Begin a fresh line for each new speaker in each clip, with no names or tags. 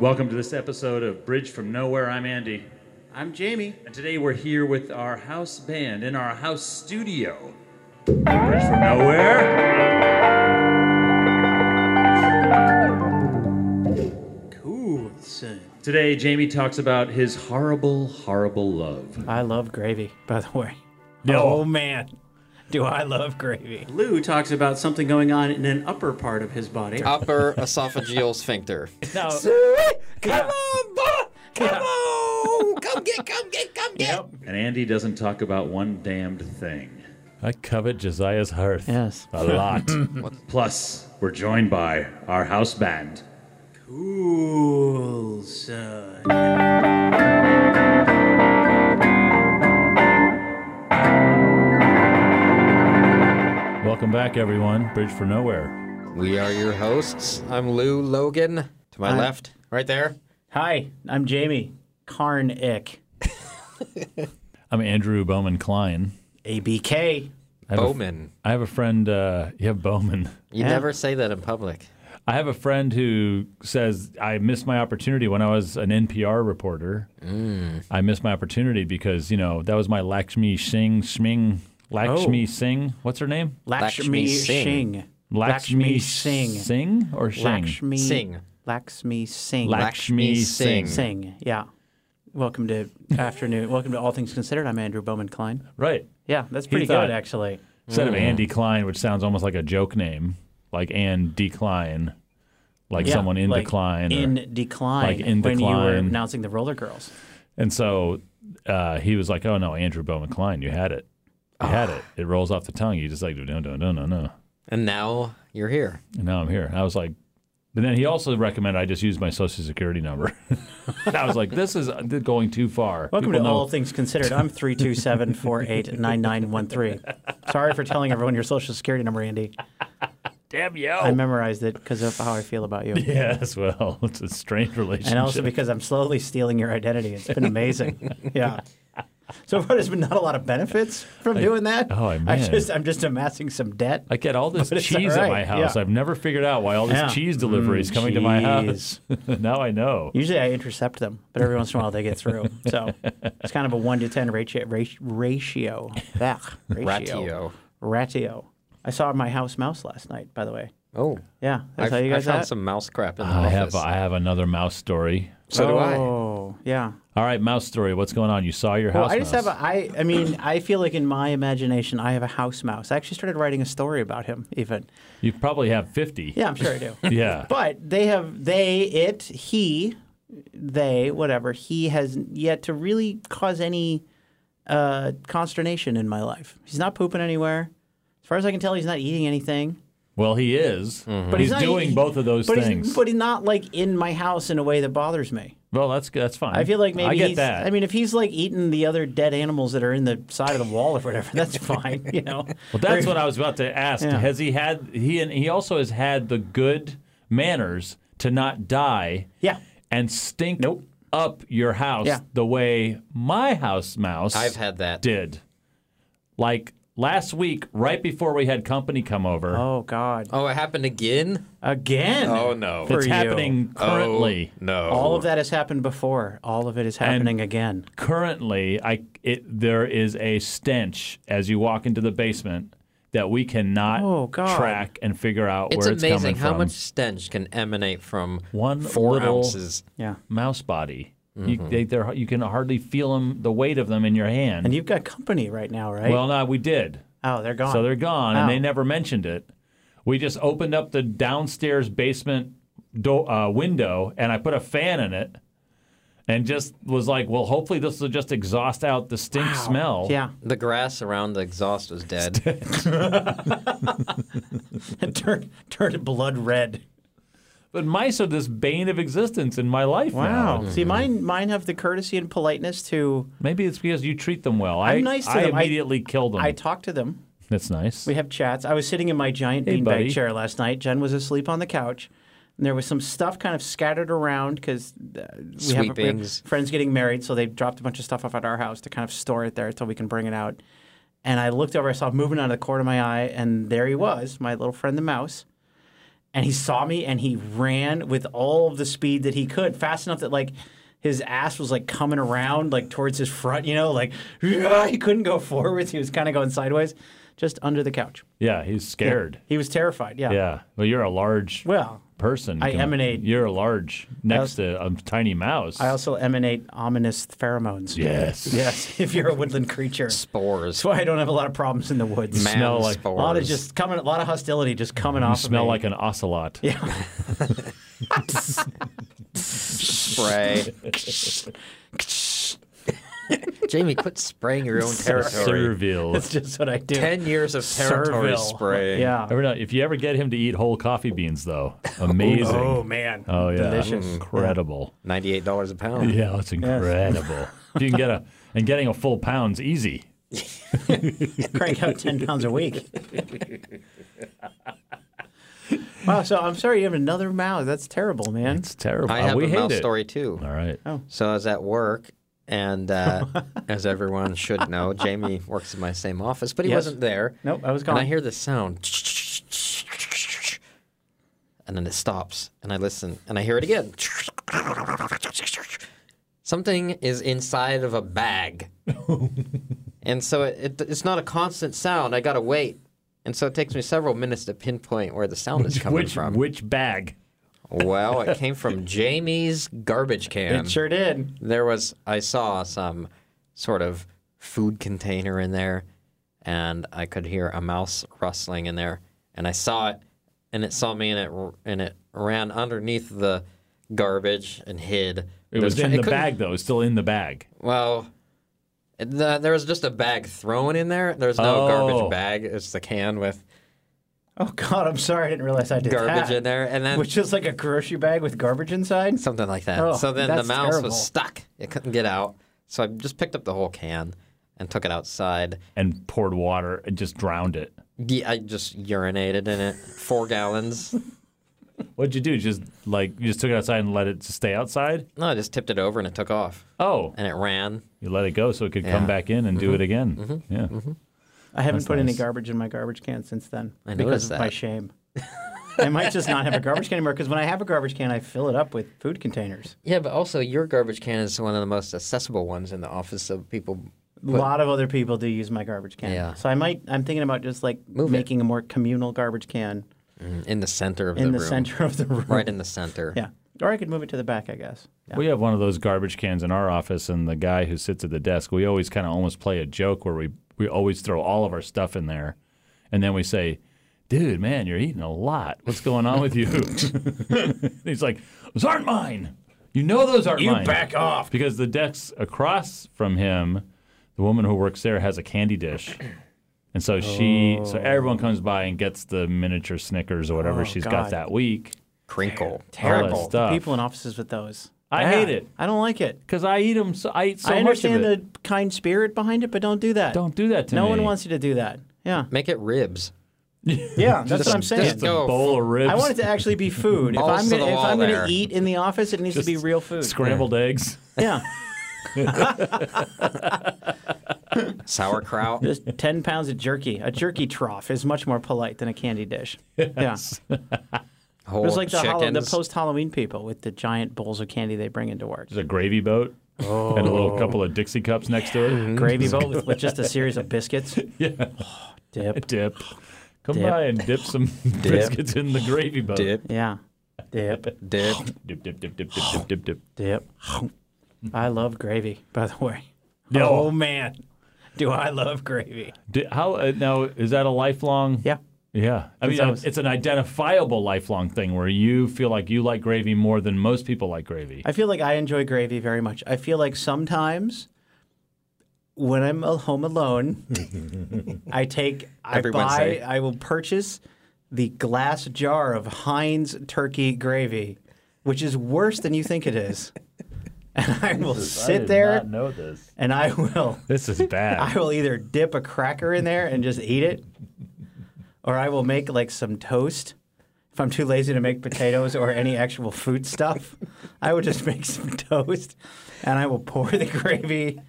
Welcome to this episode of Bridge from Nowhere. I'm Andy.
I'm Jamie.
And today we're here with our house band in our house studio. Bridge from Nowhere.
Cool son.
Today, Jamie talks about his horrible, horrible love.
I love gravy, by the way. Oh man, do I love gravy?
Lou talks about something going on in an upper part of his body.
upper esophageal sphincter.
No,
Come on, boy! Come on! Come get, come get, come get!
yep.
And Andy doesn't talk about one damned thing.
I covet Josiah's hearth.
Yes.
A lot.
Plus, we're joined by our house band.
Cool son.
Welcome back, everyone. Bridge for Nowhere.
We are your hosts. I'm Lou Logan. To my left, right there.
Hi, I'm Jamie Carn Ick,
I'm Andrew Bowman Klein.
ABK.
I have a-
Bowman.
I have a friend. Uh, yeah, Bowman.
You never say that in public.
I have a friend who says I missed my opportunity when I was an NPR reporter. I missed my opportunity because you know that was my Lakshmi Singh Shming. Lakshmi
Oh.
Singh. What's her name?
Lakshmi
Lakshmi Singh.
Singh. Lakshmi Singh.
Singh or Singh?
Lakshmi
Sing.
Lakshmi Singh.
Lakshmi
Lakshmi Singh.
Singh.
Singh. Yeah. Welcome to afternoon. Welcome to All Things Considered. I'm Andrew Bowman Klein.
Right.
Yeah, that's pretty
uh,
thought-
good actually.
Instead of Andy Klein, which sounds almost like a joke name, like and decline, like
Yeah,
someone in
like
decline. or-
in decline.
like in
when you were
decline.
announcing the Roller Girls.
and so uh, he was like, "Oh no, Andrew Bowman Klein, you had it, you had
Ah.
it. It rolls off the tongue. You just like no, no, no, no, no."
And now you're here.
And now I'm here. I was like, but then he also recommended I just use my social security number. and I was like, "This is going too far."
Welcome
People
to
know-
All Things Considered. I'm 327 Sorry for telling everyone your social security number, Andy.
Damn you.
I memorized it because of how I feel about you.
yes, well, it's a strange relationship.
And also because I'm slowly stealing your identity. It's been amazing. Yeah. So far, there's been not a lot of benefits from doing that.
oh,
I'm
man.
just, I'm just amassing some debt.
I get all this
But it's all
cheese at my
right,
house.
yeah.
I've never figured out why all this
Yeah. Mm,
cheese delivery is coming to my house.
cheese.
now I know.
Usually I intercept them, but every once in a while they get through. So it's kind of a one to ten ratio. Ratio. Ratio. Ugh, ratio.
Ratio.
Ratio. I saw my house mouse last night. By the way.
Oh.
Yeah. That's
I've-
how
I,
you guys
found
that?
some mouse crap in the
I
office.
have I have another mouse story.
so do I.
Oh yeah.
All right, mouse story. What's going on? You saw your
Well,
house.
I just
mouse.
have a. I. I mean, I feel like in my imagination, I have a house mouse. I actually started writing a story about him. Even.
You probably have fifty.
Yeah, I'm sure I do.
Yeah.
But they have they it he they whatever he has yet to really cause any uh, consternation in my life. He's not pooping anywhere. As far as I can tell, he's not eating anything.
Well, he is, but he's,
Mm-hmm. not-
doing
he-
both of those
but
things.
He's, but he's not like in my house in a way that bothers me.
well, that's that's fine.
I feel like maybe
I get
he's,
that.
I mean, if he's like eating the other dead animals that are in the side of the wall or whatever, that's fine. You know.
well, that's what I was about to ask.
Yeah.
Has he had he and he also has had the good manners to not die?
Yeah.
And stink up your house
Yeah.
the way my house mouse.
I've had that.
did. Like last week, right before we had company come over,
Oh God!
Oh, it happened again? Oh,
Again?
no. Oh,
For
it's
you.
happening currently.
no.
All of that has happened before. All of it is happening again.
Currently, I it there is a stench as you walk into the basement that we cannot
Oh, God.
track and figure out
It's
where it's
amazing
coming
how
from.
much stench can emanate from
One
four
little-
ounces.
Yeah.
mouse body.
Mm-hmm.
You, they, they're, you can hardly feel them, the weight of them in your hand.
And you've got company right now, right?
well, no, we did.
oh, they're gone.
So they're gone, and
Oh.
they never mentioned it. We just opened up the downstairs basement do- uh, window, and I put a fan in it, and just was like, "Well, hopefully this will just exhaust out the stink smell."
yeah.
The grass around the exhaust was dead.
turn turned blood red.
But mice are this bane of existence in my life
Wow.
now.
See, mine mine have the courtesy and politeness to
Maybe it's because you treat them well. I,
I'm nice to
I
them. I-
immediately kill them.
I talk to them.
That's nice.
We have chats. I was sitting in my giant
Hey, buddy.
beanbag chair last night. Jen was asleep on the couch. And there was some stuff kind of scattered around because uh, we, have- we have
Sweepings.
friends getting married, so they dropped a bunch of stuff off at our house to kind of store it there until we can bring it out. And I looked over, I saw it moving out of the corner of my eye, and there he was, my little friend the mouse. and he saw me and he ran with all of the speed that he could, fast enough that like his ass was like coming around like towards his front, you know, like he couldn't go forwards. He was kind of going sideways, just under the couch.
Yeah, he's scared.
He was terrified. Yeah.
Yeah. Well, you're a large
Well,
person.
I
Com-
emanate-
You're a large next to a tiny mouse.
I also emanate ominous pheromones.
yes.
Yes, if you're a woodland creature. That's
Spores.
why I don't have a lot of problems in the woods.
Man
smell like-
A
spores.
lot of just coming, a lot of hostility just coming
You
off.
smell
of me.
like an ocelot.
spray. Jamie, quit spraying your own territory.
Servile.
That's just what I do.
Ten years of territory
Servile.
spraying.
Yeah.
Every now- If you ever get him to eat whole coffee beans, though, amazing.
Oh man.
Oh, yeah,
Delicious.
Mm.
incredible.
Ninety-eight dollars a pound.
Yeah, that's incredible. if you can get a and getting a full pound's easy.
Crank out ten pounds a week. wow. So I'm sorry you have another mouth. That's terrible, man.
It's terrible.
I
Uh,
have
we
a
hate
mouse
it.
story too.
All right.
Oh.
So I was at work, and uh, as everyone should know, Jamie works in my same office, but he
Yes.
wasn't there.
Nope, I was
And I
gone.
hear this sound, and then it stops, and I listen, and I hear it again. Something is inside of a bag, and so it, it, it's not a constant sound. I gotta wait, and so it takes me several minutes to pinpoint where the sound is coming
Which
from.
which bag?
Well, it came from Jamie's garbage can
It sure did.
there was I saw some sort of food container in there and I could hear a mouse rustling in there and I saw it and it saw me and it r- and it ran underneath the garbage and hid.
It
But
was
try-
in the
couldn't-
bag though. It's still in the bag.
Well, it- the, there was just a bag thrown in there. There's no
Oh.
garbage bag. It's the can with
Oh God, I'm sorry. I didn't realize I did
garbage
that.
in there and then
Which is like a grocery bag with garbage inside.
something like that.
Oh,
so then the
that's
mouse
terrible.
was stuck. It couldn't get out. So I just picked up the whole can and took it outside.
And poured water and just drowned it.
Yeah, I just urinated in it. Four gallons.
What'd you do? Just like you just took it outside and let it stay outside?
No, I just tipped it over and it took off.
Oh,
And it ran.
you let it go so it could come
Yeah.
back in and do it again. Yeah.
I haven't put any
nice.
garbage in my garbage can since then
I
because
noticed
of my
that.
shame. I might just not have a garbage can anymore because when I have a garbage can, I fill it up with food containers.
Yeah, but also your garbage can is one of the most accessible ones in the office, so people.
A lot of other people do use my garbage can,
Yeah.
so I might. I'm thinking about just like
Move it.
making a more communal garbage can
In the center of
in
the,
the
room.
center of the room.
Right in the center.
Yeah, or I could move it to the back, I guess. Yeah.
We have one of those garbage cans in our office, and the guy who sits at the desk, we always kind of almost play a joke where we, we always throw all of our stuff in there. And then we say, Dude, man, you're eating a lot. What's going on with you? And He's like, Those aren't mine. You know those aren't mine. You back off. Because the desk across from him, the woman who works there has a candy dish. And so she, so everyone comes by and gets the miniature Snickers or whatever
Oh,
she's
God.
got that week.
Crinkle.
All
Terrible
that stuff.
people in offices with those.
I
Yeah.
hate it.
I don't like it.
Because I eat them, so I eat so
I understand
much of it.
the kind spirit behind it, but don't do that.
Don't do that to
no
me.
one wants you to do that. Yeah,
Oh, Make it ribs.
yeah, that's what I'm
saying.
saying.
just go.
bowl of ribs.
I want it to actually be food. if
Balls
I'm
to
gonna
the
if
wall
I'm gonna
there.
eat in the office, it needs to be real food.
scrambled eggs.
Yeah,
Sauerkraut.
just ten pounds of jerky. A jerky trough is much more polite than a candy dish. Yeah,
whole
it was like the,
chickens.
Hall- the post Halloween people with the giant bowls of candy they bring into work.
There's a gravy boat and a little couple of Dixie cups next to
Mm.
it.
Gravy boat with, with just a series of biscuits. Yeah, dip.
Dip. Come
Dip.
by and dip some biscuits in the gravy boat.
Dip.
Yeah, dip,
Dip.
Dip, dip, dip, dip, dip, dip, dip, dip.
dip. I love gravy, by the way.
No.
Oh man, do I love gravy?
Di- how uh, now is that a lifelong?
Yeah.
Yeah. I mean,
I was-
it's an identifiable lifelong thing where you feel like you like gravy more than most people like gravy.
I feel like I enjoy gravy very much. I feel like sometimes when I'm al- home alone, I take, I
Every
buy,
Wednesday.
I will purchase the glass jar of Heinz turkey gravy, which is worse than you think it is. And I will sit there
know this.
and I will,
This is bad.
I will either dip a cracker in there and just eat it, or I will make like some toast. If I'm too lazy to make potatoes or any actual food stuff, I would just make some toast and I will pour the gravy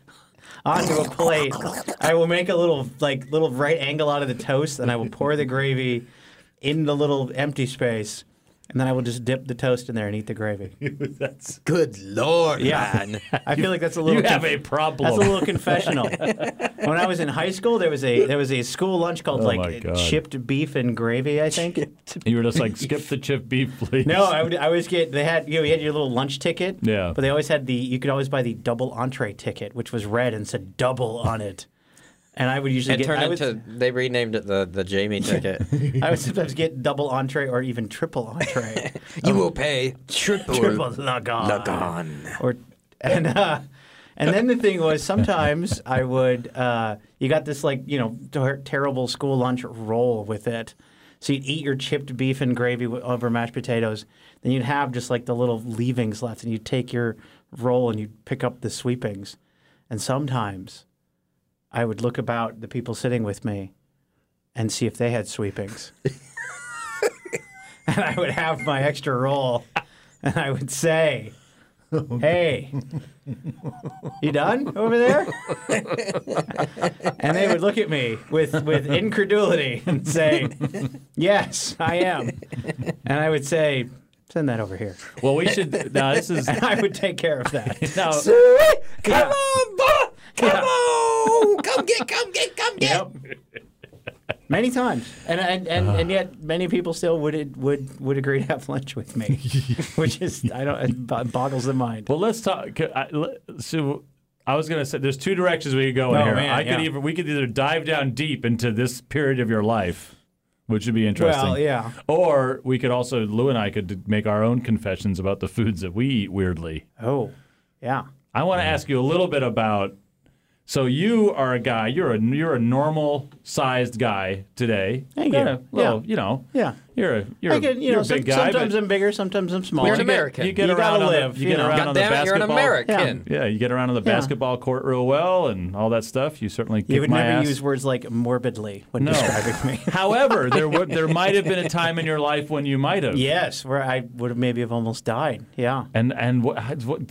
onto a plate. I will make a little like little right angle out of the toast and I will pour the gravy in the little empty space And then I will just dip the toast in there and eat the gravy.
That's
Good lord,
Yeah.
man.
I feel like that's a
you
little
have
conf-
a problem.
that's a little confessional. when I was in high school, there was a there was a school lunch called
Oh my
like
God.
chipped beef and gravy. I think.
you were just like, skip the chip beef, please.
No, I would. I always get. They had you know you had your little lunch ticket.
Yeah.
But they always had the. You could always buy the double entree ticket, which was red and said double on it. And I would usually
It
get.
turned
I would,
into they renamed it the the Jamie ticket.
I would sometimes get double entree or even triple entree.
you will pay triple.
triple lagan.
Lagan.
Or and uh, and then the thing was sometimes I would uh, you got this like you know ter- terrible school lunch roll with it. So you'd eat your chipped beef and gravy wi- over mashed potatoes. Then you'd have just like the little leavings left, and you'd take your roll and you'd pick up the sweepings. And sometimes I would look about the people sitting with me and see if they had sweepings. and I would have my extra roll and I would say, Hey, you done over there? and they would look at me with, with incredulity and say, Yes, I am. And I would say, Send that over here.
Well, we should. Now this is
And I would take care of that.
now.
Come on, boy! Come
Yeah.
on! Come get, come get, come get!
Yep. Many times, and and, and, and yet many people still would would would agree to have lunch with me, which is I don't it bo- boggles the mind.
Well, let's talk. c- I- le- So I was gonna say, there's two directions we could go in
Oh,
here.
man,
I could
yeah.
either we could either dive down deep into this period of your life, which would be interesting.
Well, yeah.
Or we could also Lou and I could d- make our own confessions about the foods that we eat weirdly.
Oh, yeah.
I want to ask you a little bit about. So you are a guy. You're a you're a normal sized guy today.
Thank
Got
you.
a little,
Yeah.
You know.
Yeah.
You're a you're,
I
a
get, you
you're
know,
a
some-
big guy.
sometimes
but
I'm bigger, sometimes I'm smaller.
You're an
you get-
American.
You get
You
around
gotta
on
live,
the you
you
get
know.
around on the
Goddamn,
basketball.
you're an American.
Yeah, you get around on the
Yeah.
basketball court real well and all that stuff. You certainly kick
You would
my
never
ass.
use words like morbidly when
No.
describing me.
However, there would there might have been a time in your life when you might have.
yes, where I would have maybe have almost died. Yeah.
And and what, what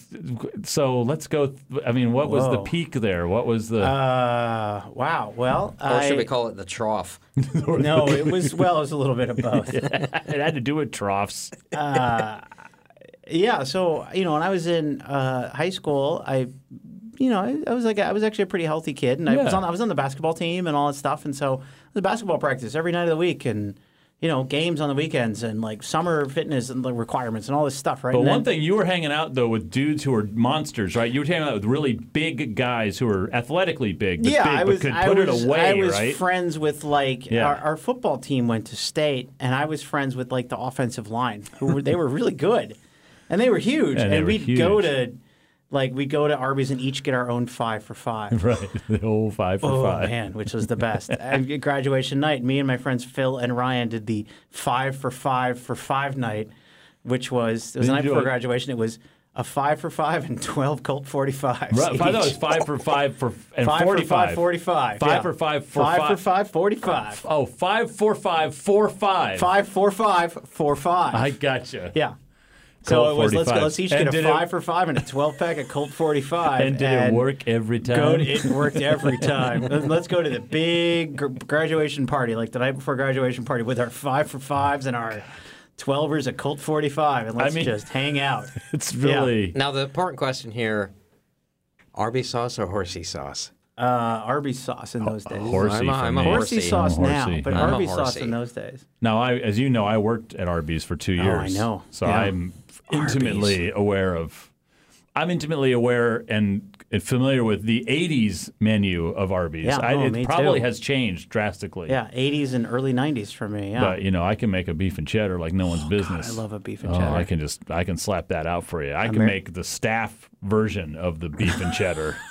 so let's go th- I mean, what was the
Whoa.
peak there? What was the
Uh, wow. Well,
Or
I
should we call it the trough?
no, it was well, it was a little bit of both.
it had to do with troughs.
Yeah, so you know, when I was in uh, high school, I, you know, I, I was like, I was actually a pretty healthy kid, and I was
Yeah.
on, I was on the basketball team and all that stuff, and so the basketball practice every night of the week, and you know, games on the weekends, and like summer fitness and like requirements and all this stuff, right?
But
And
one
then-
thing you were hanging out though with dudes who were monsters, right? You were hanging out with really big guys who were athletically big, but
yeah,
big,
I was,
but could
I
put
was,
it away,
I was
right?
friends with like
Yeah.
our, our football team went to state, and I was friends with like the offensive line, who were they were really good, and they were huge,
Yeah,
and
they were
we'd go
huge.
to. Like we go to Arby's and each get our own five for five.
right. The whole 5 for
Oh
5.
man, which was the best. At graduation night, me and my friends Phil and Ryan did the five for five for five night, which was it was
Did
the night
you do
before
it-
graduation. It was a five for five and twelve Colt forty fives.
Right, five, that was five for five for and
Five for
45.
five, 45.
Five
yeah.
for five for
five.
five.
for five, 45.
Oh, five four five four five.
Five for five, four five.
I gotcha.
yeah. So
Colt
it was let's go,
45.
let's each
And
get a
did it-
five for five and a twelve pack of Colt forty five.
And did it work every time?
Go to, it worked every time. Let- Let's go to the big gr- graduation party, like the night before graduation party, with our five for fives and our twelvers at Colt 45, and let's
mean-
just hang out.
It's really
Now the important question here: Arby sauce or horsey sauce?
Uh, Arby's sauce in those days.
Oh, horsey.
I'm a-
for
I'm a
me.
horse.
Horsey
horsey.
sauce
I'm a
now,
horsey.
but
I'm
a
Arby's sauce
horsey.
in those days.
Now, I, as you know, I worked at Arby's for two
Oh, I
years.
know.
So
Yeah.
I'm intimately aware of. I'm intimately aware and familiar with the '80s menu of Arby's.
Yeah,
I,
oh,
it
me
probably
too.
has changed drastically.
Yeah, 80s and early 90s for me. Yeah,
But you know, I can make a beef and cheddar like no one's business.
Oh, I love a beef and
Oh,
cheddar.
I can just I can slap that out for you. I can
Amer-
make the staff version of the beef and cheddar.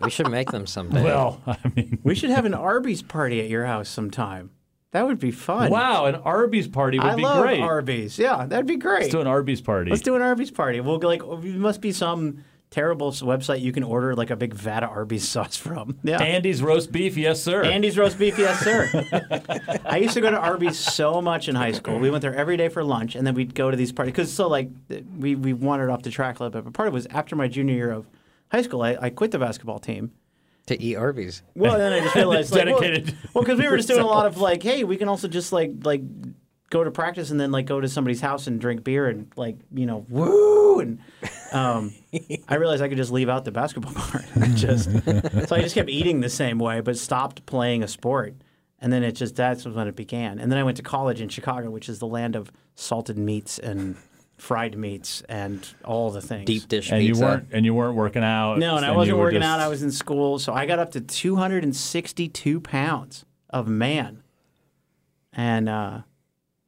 We should make them someday.
well, I mean,
We should have an Arby's party at your house sometime. That would be fun.
wow, an Arby's party would
I
be
love
great.
Arby's. Yeah, that'd be great.
Let's do an Arby's party.
Let's do an Arby's party. We'll go, like it must be some terrible s- website you can order like a big vat of Arby's sauce from. Yeah.
Andy's roast beef, yes sir.
Andy's roast beef, yes sir. I used to go to Arby's so much in high school. We went there every day for lunch, and then we'd go to these parties because so like th- we we wandered off the track a little bit. But part of it was after my junior year of high school, I, I quit the basketball team.
to eat Arby's.
Well, then I just realized like, well-
Dedicated
Well, because we were just doing a lot of like, hey, we can also just like like go to practice and then like go to somebody's house and drink beer and like you know woo and um, I realized I could just leave out the basketball part. I just so I just kept eating the same way, but stopped playing a sport. And then it just that's when it began. And then I went to college in Chicago, which is the land of salted meats and fried meats and all the things.
Deep dish
and you
pizza.
weren't and you weren't working out.
No, and I
you
wasn't
were
working
just-
out. I was in school, so I got up to 262 pounds of man, and uh,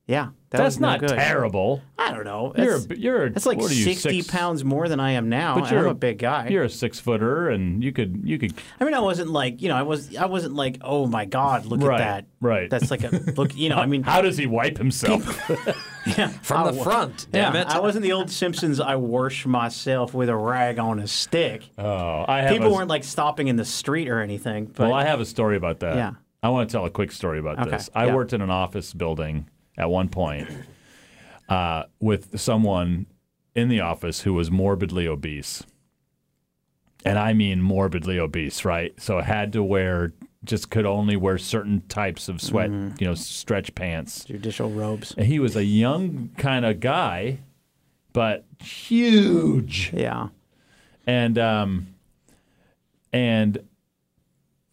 yeah, that
That's
was no
not
good.
terrible.
I don't know.
You're
That's,
a, you're a,
that's like
what are you,
60
six-
pounds more than I am now.
But
and
you're
I'm
a-
a big guy.
You're a six footer, and you could you could
I mean, I wasn't like you know, I was I wasn't like, oh my god, look
Right,
at that.
right.
That's like a look. You know, I mean,
How does he wipe himself?
From
Oh,
the front, damn it.
I wasn't the old Simpsons. I wash myself with a rag on a stick.
oh, I have
People
a,
weren't like stopping in the street or anything. But
Well, I have a story about that.
Yeah.
I want to tell a quick story about
Okay,
this. I
yeah.
worked in an office building at one point uh, with someone in the office who was morbidly obese. And I mean morbidly obese, right? So had to wear just could only wear certain types of sweat,
Mm-hmm.
you know, stretch pants.
judicial robes.
And he was a young kind of guy, but huge
Yeah.
and um, and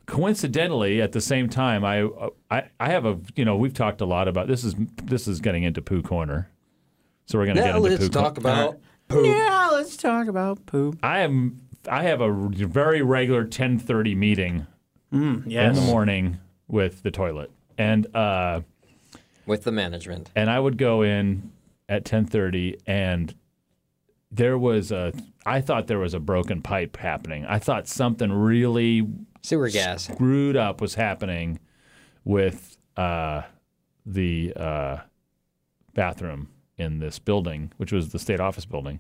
coincidentally, at the same time, I, I I have a you know we've talked a lot about this is this is getting into poo corner, so we're gonna
Now
get into
let's
poo
talk
corner.
about
Yeah, let's talk about poop.
I am I have a r- very regular ten thirty meeting in the morning with the toilet, and uh,
with the management.
and I would go in at ten thirty, and there was a I thought there was a broken pipe happening. I thought something really
Sewer gas.
screwed up was happening with uh, the uh, bathroom in this building, which was the state office building.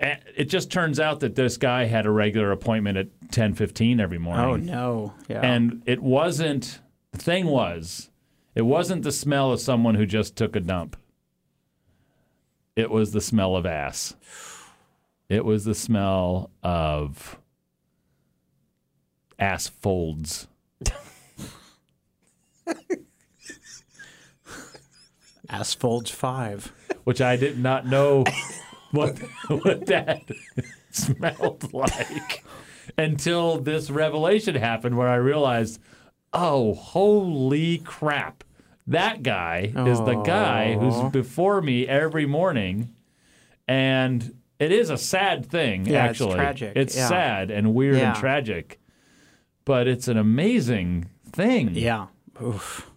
And it just turns out that this guy had a regular appointment at ten fifteen every morning.
Oh no. Yeah.
And it wasn't the thing was, it wasn't the smell of someone who just took a dump. It was the smell of ass. It was the smell of ass folds.
Asphalt five.
which I did not know what what that smelled like until this revelation happened, where I realized, oh, holy crap, that guy is the guy who's before me every morning, and it is a sad thing.
Yeah, it's
actually,
tragic,
It's
yeah.
sad and weird
Yeah.
and tragic, but it's an amazing thing
Yeah. Oof.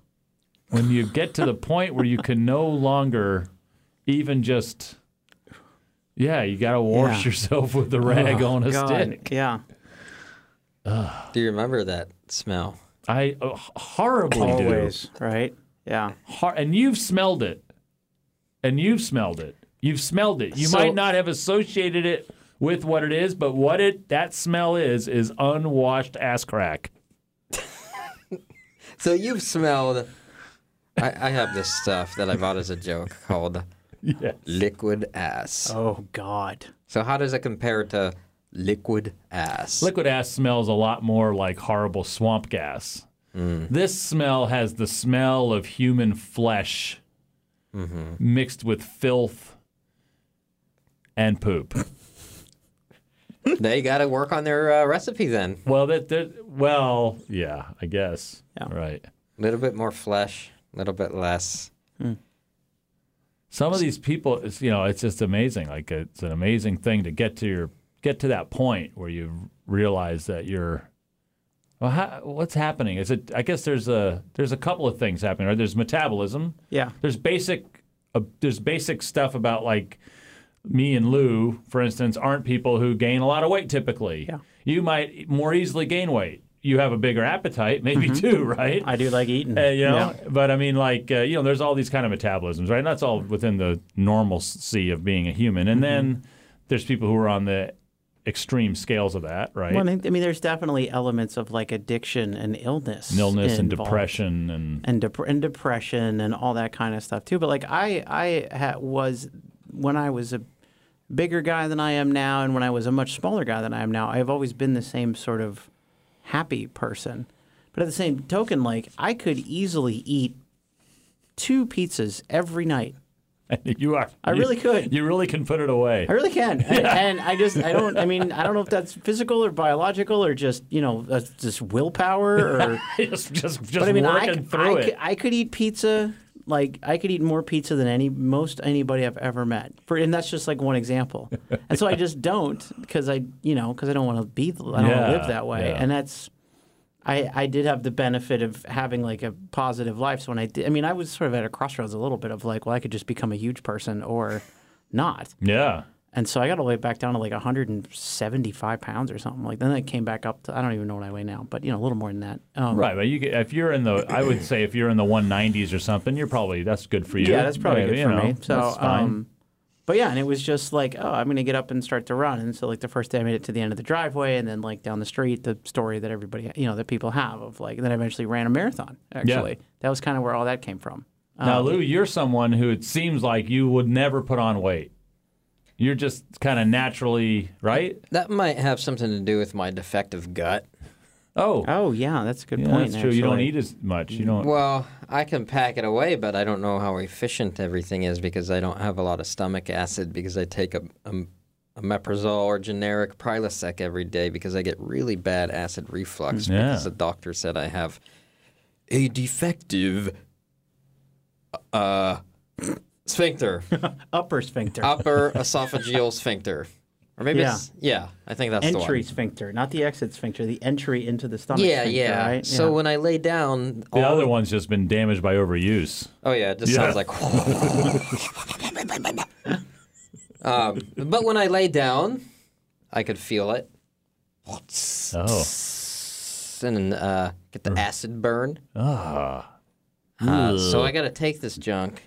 when you get to the point where you can no longer even just yeah you got to wash
Yeah. Oh,
yourself with the rag on a
God.
stick
Yeah.
Do you remember that smell?
i uh, horribly
Always. Right. Yeah.
do Hor- and you've smelled it and you've smelled it you've smelled it you
So-
might not have associated it with what it is but what it that smell is is unwashed ass crack
So you've smelled. I, I have this stuff that I bought as a joke called liquid ass.
Oh God.
So how does it compare to liquid ass?
liquid ass smells a lot more like horrible swamp gas this smell has the smell of human flesh mixed with filth and poop.
they got to work on their uh, recipe then.
well, that, that well, yeah, I guess.
Yeah.
Right.
A little bit more flesh, a little bit less.
Some of these people, it's, you know, it's just amazing. Like it's an amazing thing to get to your get to that point where you realize that you're. Well, how, what's happening? Is it? I guess there's a there's a couple of things happening. Right? There's metabolism.
Yeah.
there's basic uh, there's basic stuff about like me and Lou, for instance, aren't people who gain a lot of weight typically.
Yeah.
You might more easily gain weight. You have a bigger appetite, maybe too, right?
I do like eating.
Uh, you know, but I mean, like uh, you know, there's all these kind of metabolisms, right? And that's all within the normalcy of being a human. And
Mm-hmm.
then there's people who are on the extreme scales of that, right?
Well, I mean, I mean, there's definitely elements of like addiction and illness.
Illness and
involved.
depression, and
and, dep- and depression and all that kind of stuff too. But like I, I ha- was when I was a bigger guy than I am now, and when I was a much smaller guy than I am now, I have always been the same sort of happy person. But at the same token, like I could easily eat two pizzas every night.
you are.
I really could.
You really can put it away.
I really can. And, and I just, I don't, I mean, I don't know if that's physical or biological or just, you know, uh, just willpower or.
just just, just
But I mean, I,
working
c-
through
I
it.
c- I could eat pizza. Like I could eat more pizza than any most anybody I've ever met. For and that's just like one example. And so I just don't because I you know because I don't want to be I don't want
Yeah,
to live that way.
yeah.
And that's I I did have the benefit of having like a positive life. So when I did, I mean I was sort of at a crossroads a little bit of like well I could just become a huge person or not.
yeah.
And so I got all the way back down to like 175 pounds or something like. Then I came back up to I don't even know what I weigh now, but you know a little more than that. Um,
Right, but you could, if you're in the, I would say if you're in the 190s or something, you're probably that's good for you.
Yeah, that's probably
Maybe,
good
you
for
know,
me. So,
that's fine.
um, but yeah, and it was just like, oh, I'm gonna get up and start to run. And so, like the first day, I made it to the end of the driveway, and then like down the street, the story that everybody, you know, that people have of like, then I eventually ran a marathon. Actually, that was kind of where all that came from.
now,
um,
Lou, you're someone who it seems like you would never put on weight. You're just kind of naturally right.
That might have something to do with my defective gut.
Oh,
Oh yeah, that's a good
yeah,
point.
that's true. You don't
actually. Mm,
eat as much. You don't.
Well, I can pack it away, but I don't know how efficient everything is because I don't have a lot of stomach acid because I take a, a, a meprazole or generic Prilosec every day because I get really bad acid
Mm,
reflux
Yeah.
because the doctor said I have a defective uh, sphincter,
upper sphincter,
upper esophageal sphincter. Or maybe
Yeah.
it's, yeah, I think that's the one.
entry sphincter, not the exit sphincter, the entry into the stomach.
Yeah,
sphincter,
yeah.
Right?
So when I lay down,
the
all
other one's just been damaged by overuse.
Oh yeah, it just
Yeah.
sounds like. um, but when I lay down, I could feel it,
Oh, Mm.
and uh, get the acid burn.
Ah.
Uh, so I got to take this junk,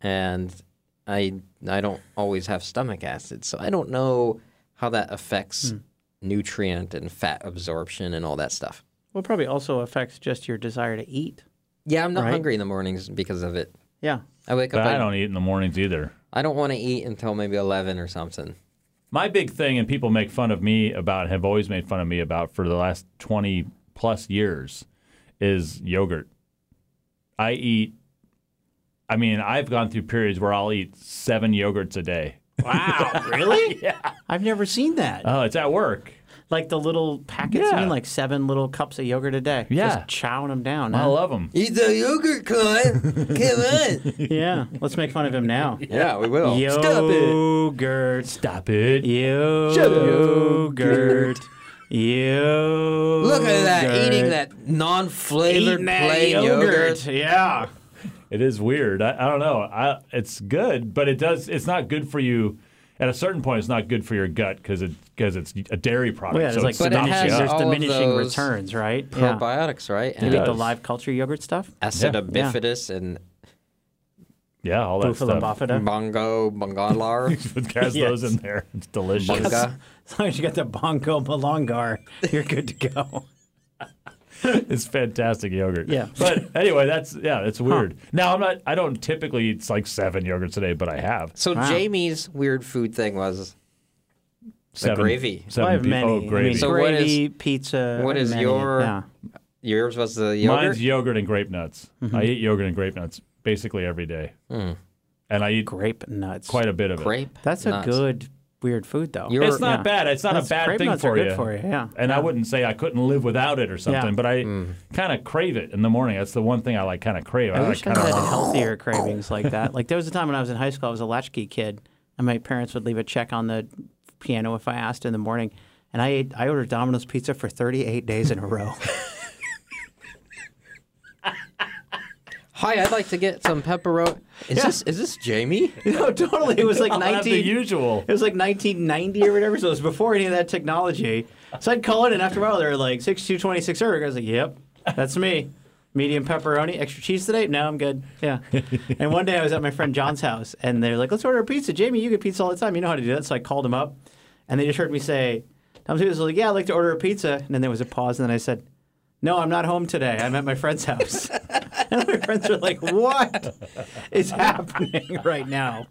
and I I don't always have stomach acid, so I don't know how that
Hmm.
affects nutrient and fat absorption and all that stuff.
well, probably also affects just your desire to eat.
Yeah, I'm not
Right.
hungry in the mornings because of it.
Yeah,
I wake
but
up.
I don't eat in the mornings either.
I don't want to eat until maybe eleven or something.
My big thing, and people make fun of me about, have always made fun of me about for the last 20 plus years, is yogurt. I eat, I mean, I've gone through periods where I'll eat seven yogurts a day.
Wow, really? yeah. I've never seen that.
Oh, it's at work.
Like the little packets,
Yeah.
you mean like seven little cups of yogurt a day?
Yeah.
Just chowing them down.
I
huh?
love them.
Eat the yogurt, Clyde. Come on.
Yeah. Let's make fun of him now.
Yeah, we will.
Yogurt.
Stop it.
Yogurt. Yogurt.
Look at that, eating that non-flavored
Eating that
plain yogurt.
Yeah.
It is weird. I, I don't know. I, it's good, but it does. It's not good for you. At a certain point, it's not good for your gut because it because it's a dairy product.
Well, Oh, yeah,
so
there's like
it
But
stops
diminishing,
it
you
has
up.
there's
all of
diminishing
those
returns, right? Yeah.
Probiotics, right?
You
And
get the
Yes.
live culture yogurt stuff?
acid of
Yeah.
bifidus and
yeah, all that
Bufala
stuff.
buffata.
bongo bongalar.
It has those in there. It's delicious.
Bonga.
As long as you got the bongo malongar, you're good to go.
It's fantastic yogurt.
Yeah.
But anyway, that's yeah, it's weird. Now I'm not I don't typically eat like seven yogurts a day, but I have.
So
Wow.
Jamie's weird food thing was
Seven,
gravy.
Seven
I have
pe-
many.
Oh,
I
gravy.
mean,
So what
gravy, pizza.
what
I have
is
many.
your-
Yeah.
yours was the yogurt.
Mine's yogurt and grape nuts.
Mm-hmm.
I eat yogurt and grape nuts basically every day. And I eat
grape nuts?
quite a bit of it.
Hmm. grape.
That's a
nuts.
good weird food though.
You're-
It's not
Yeah.
bad. It's not
That's-
a bad
grape
thing
nuts
for
are good
you.
for you, yeah.
And I wouldn't say I couldn't live without it or something, but I
Hmm.
kind of crave it in the morning. That's the one thing I like kind of crave.
I
like
wish I
kinda-
had healthier cravings like that. Like there was a time when I was in high school, I was a latchkey kid, and my parents would leave a check on the piano if I asked in the morning. And I ate, I ordered Domino's pizza for 38 days in a row.
Hi, I'd like to get some pepperoni. Is this is this Jamie?
no, totally. It was like
I'll have the
19
usual.
It was like 1990 or whatever, so it was before any of that technology. So I'd call it, and after a while, they were like 6226 I was like, yep, that's me. Medium pepperoni, extra cheese today? No, I'm good. Yeah. and one day I was at my friend John's house, and they're like, let's order a pizza. Jamie, you get pizza all the time. You know how to do that. So I called him up, and they just heard me say, Tom Stevens was like, yeah, I'd like to order a pizza. And then there was a pause, and then I said, no, I'm not home today. I'm at my friend's house. and my friends were like, what is happening right now?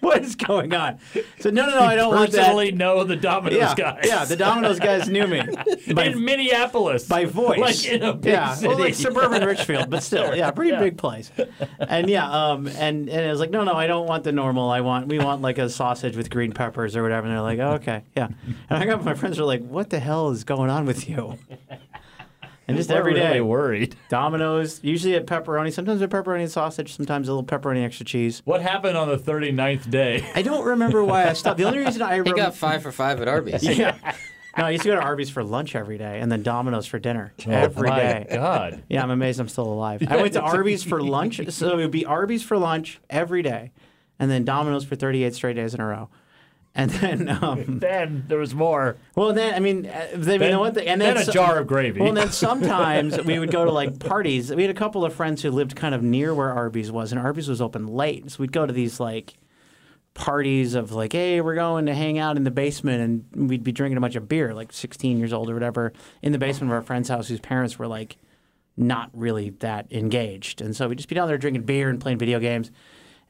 what is going on? So no, no, no, I don't want that.
personally know the Domino's
yeah,
guys.
yeah, the Domino's guys knew me by,
in Minneapolis
by voice,
like in a big
yeah,
city.
well, like suburban Richfield, but still, yeah, pretty big place. And yeah, um, and and it was like, no, no, I don't want the normal. I want we want like a sausage with green peppers or whatever. And they're like, oh, okay, yeah. And I got my friends were like, what the hell is going on with you? And just
We're
every day,
really worried.
Domino's, usually at pepperoni, sometimes at pepperoni and sausage, sometimes a little pepperoni extra cheese.
What happened on the 39th day?
I don't remember why I stopped. The only reason I
He
remember
got five for five at Arby's.
yeah.
Oh
No, I used to go to Arby's for lunch every day and then Domino's for dinner every
Oh My
day.
God.
Yeah, I'm amazed I'm still alive. I went to Arby's for lunch, so it would be Arby's for lunch every day, and then Domino's for 38 straight days in a row, and then um,
Then there was more.
well, then I mean, uh, then, you
Then-
know what? The, and
then
then,
a jar of gravy.
Well, and then sometimes we would go to like parties. We had a couple of friends who lived kind of near where Arby's was, and Arby's was open late, so we'd go to these like parties of like, hey, we're going to hang out in the basement, and we'd be drinking a bunch of beer, like 16 years old or whatever, in the basement of our friend's house, whose parents were like not really that engaged, and so we'd just be down there drinking beer and playing video games.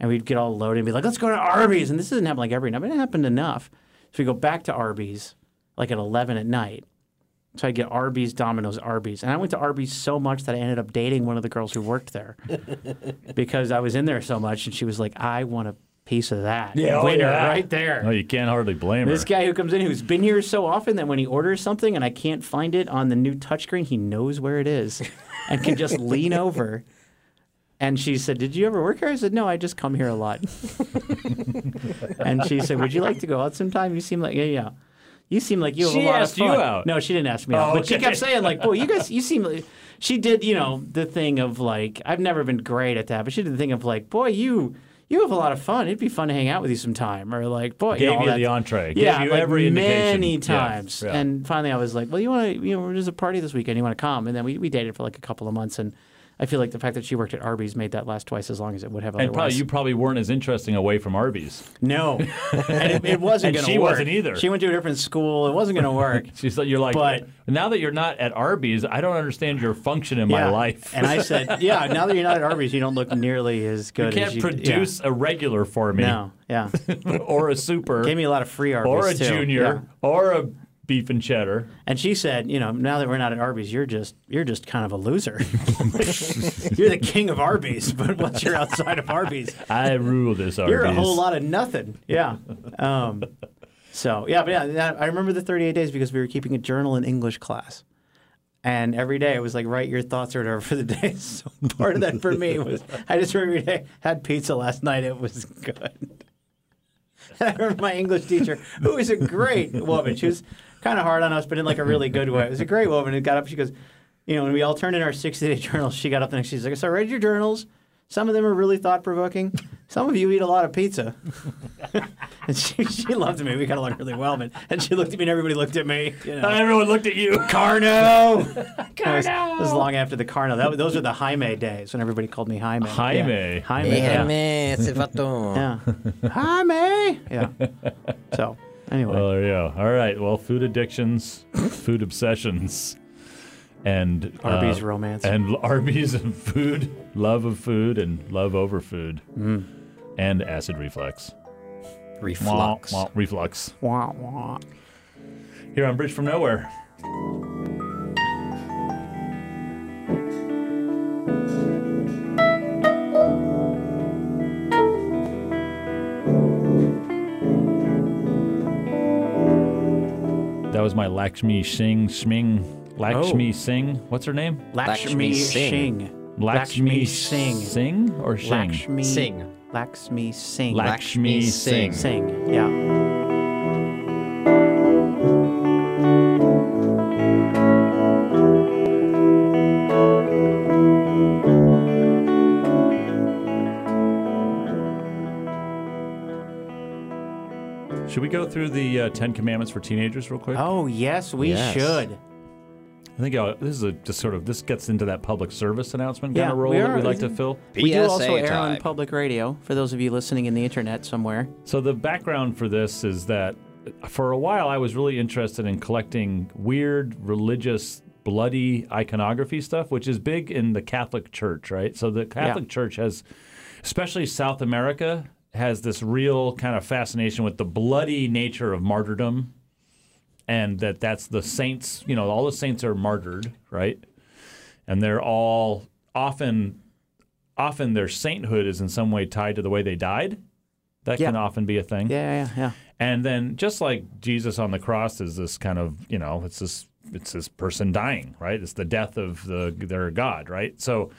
And we'd get all loaded and be like, let's go to Arby's. And this doesn't happen like every night, but it happened enough. So we go back to Arby's like at 11 at night. So I get Arby's, Domino's, Arby's. And I went to Arby's so much that I ended up dating one of the girls who worked there because I was in there so much. And she was like, I want a piece of that.
Yeah, oh,
Winner
yeah.
right there.
No, you can't hardly blame
This
her.
guy who comes in who's been here so often that when he orders something and I can't find it on the new touchscreen, he knows where it is and can just lean over. And she said, Did you ever work here? I said, No, I just come here a lot. and she said, Would you like to go out sometime? You seem like, yeah, yeah. You seem like you have
She
a lot
asked
of fun.
you out.
No, she didn't ask me
Oh,
out. But she
okay.
kept saying, like, boy, you guys, you seem like. She did, you know, the thing of like, I've never been great at that, but she did the thing of like, boy, you. You have a lot of fun. It'd be fun to hang out with you sometime, or like, boy,
Gave
know, all
you
that-
the entree.
yeah,
Gave you
like
every indication.
many
Yeah,
times.
yeah.
And finally, I was like, "Well, you want to? You know, there's a party this weekend. You want to come?" And then we, we dated for like a couple of months, and I feel like the fact that she worked at Arby's made that last twice as long as it would have
And probably
otherwise.
you probably weren't as interesting away from Arby's.
no, and it, it wasn't.
And
gonna
she
work.
wasn't either.
She went to a different school. It wasn't going to work.
She's like, you're like,
But-
now that you're not at Arby's, I don't understand your function in my
Yeah.
life.
and I said, "Yeah, now that you're not at Arby's, you don't look nearly as
you
good.
can't
as you,
produce a regular for me,
Yeah. No, yeah,
or a super,
gave me a lot of free Arby's
or a
too. Yeah.
junior, or a beef and cheddar.
And she said, you know, now that we're not at Arby's, you're just you're just kind of a loser. you're the king of Arby's, but once you're outside of Arby's,
I rule this Arby's.
you're a whole lot of nothing. Yeah. Um, so yeah, but yeah, that- I remember the 38 days because we were keeping a journal in English class. And every day it was like write your thoughts or whatever for the day. So part of that for me was I just remember every day had pizza last night. It was good. I remember my English teacher, who was a great woman. She was kind of hard on us, but in like a really good way. It was a great woman who got up. She goes, you know, when we all turned in our 60 day journals, she got up the next. She's like, so I read your journals. Some of them are really thought provoking. Some of you eat a lot of pizza. and she, she loved me. We got along really well, but and she looked at me and everybody looked at me. You know.
Everyone looked at you.
Carno. Carno. This was long after the Carno. That, was- those were the Jaime days when everybody called me Jaime.
Jaime.
Yeah. Jaime.
Yeah,
Yeah.
man, Silvato.
Yeah. Jaime. Yeah. So anyway,
Well, there you go. Oh, All right. Well, food addictions, food obsessions, and uh,
Arby's romance.
and Arby's and food, love of food, and love over food,
Mm.
and acid reflux. Wah,
Reflux.
wah, reflux.
Wah, wah.
Here on Bridge from Nowhere. That was my Lakshmi Singh Shming.
Oh.
Lakshmi Singh. What's her name?
Lakshmi
Lakshmi Singh.
Singh.
Lakshmi
Singh.
Singh or Shing?
Lakshmi
Singh.
Lakshmi
Lakshmi
Singh.
Lakshmi
Singh.
Singh.
Singh. Yeah.
Should we go through the uh, Ten Commandments for teenagers real quick?
Oh yes, we
Yes.
should.
I think uh, this is a just sort of this gets into that public service announcement kind
Yeah,
of role
we
that
are-
we like to fill.
we do also
PSA
air on
time.
public radio for those of you listening in the internet somewhere.
So the background for this is that for a while I was really interested in collecting weird religious bloody iconography stuff, which is big in the Catholic Church, right? So the Catholic Church has especially South America has this real kind of fascination with the bloody nature of martyrdom, and that that's the saints. You know, all the saints are martyred, right? And they're all often, often their sainthood is in some way tied to the way they died. That
Yeah.
can often be a thing.
Yeah, yeah, yeah.
And then just like Jesus on the cross is this kind of, you know, it's this it's this person dying, right? It's the death of the their god, right? So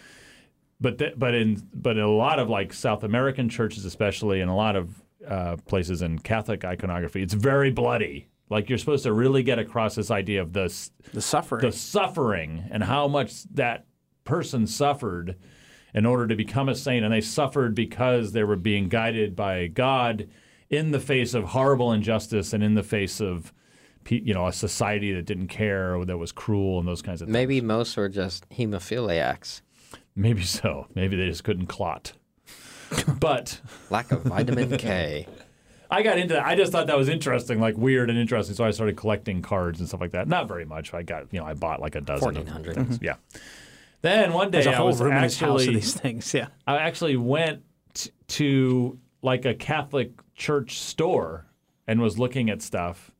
but th- but in but in a lot of like South American churches especially and a lot of uh, places in Catholic iconography, it's very bloody. Like you're supposed to really get across this idea of the s-
The suffering.
the suffering and how much that person suffered in order to become a saint. And they suffered because they were being guided by God in the face of horrible injustice and in the face of pe- you know a society that didn't care or that was cruel and those kinds of things.
Maybe most were just hemophiliacs,
Maybe so. Maybe they just couldn't clot. but
lack of vitamin K.
I got into that. I just thought that was interesting, like weird and interesting. So I started collecting cards and stuff like that. Not very much. I got, you know, I bought like a dozen. of
1400.
things. Yeah. Then one day
There's a
I
whole
was
room in his house
actually
of these things. Yeah.
I actually went t- to like a Catholic church store and was looking at stuff,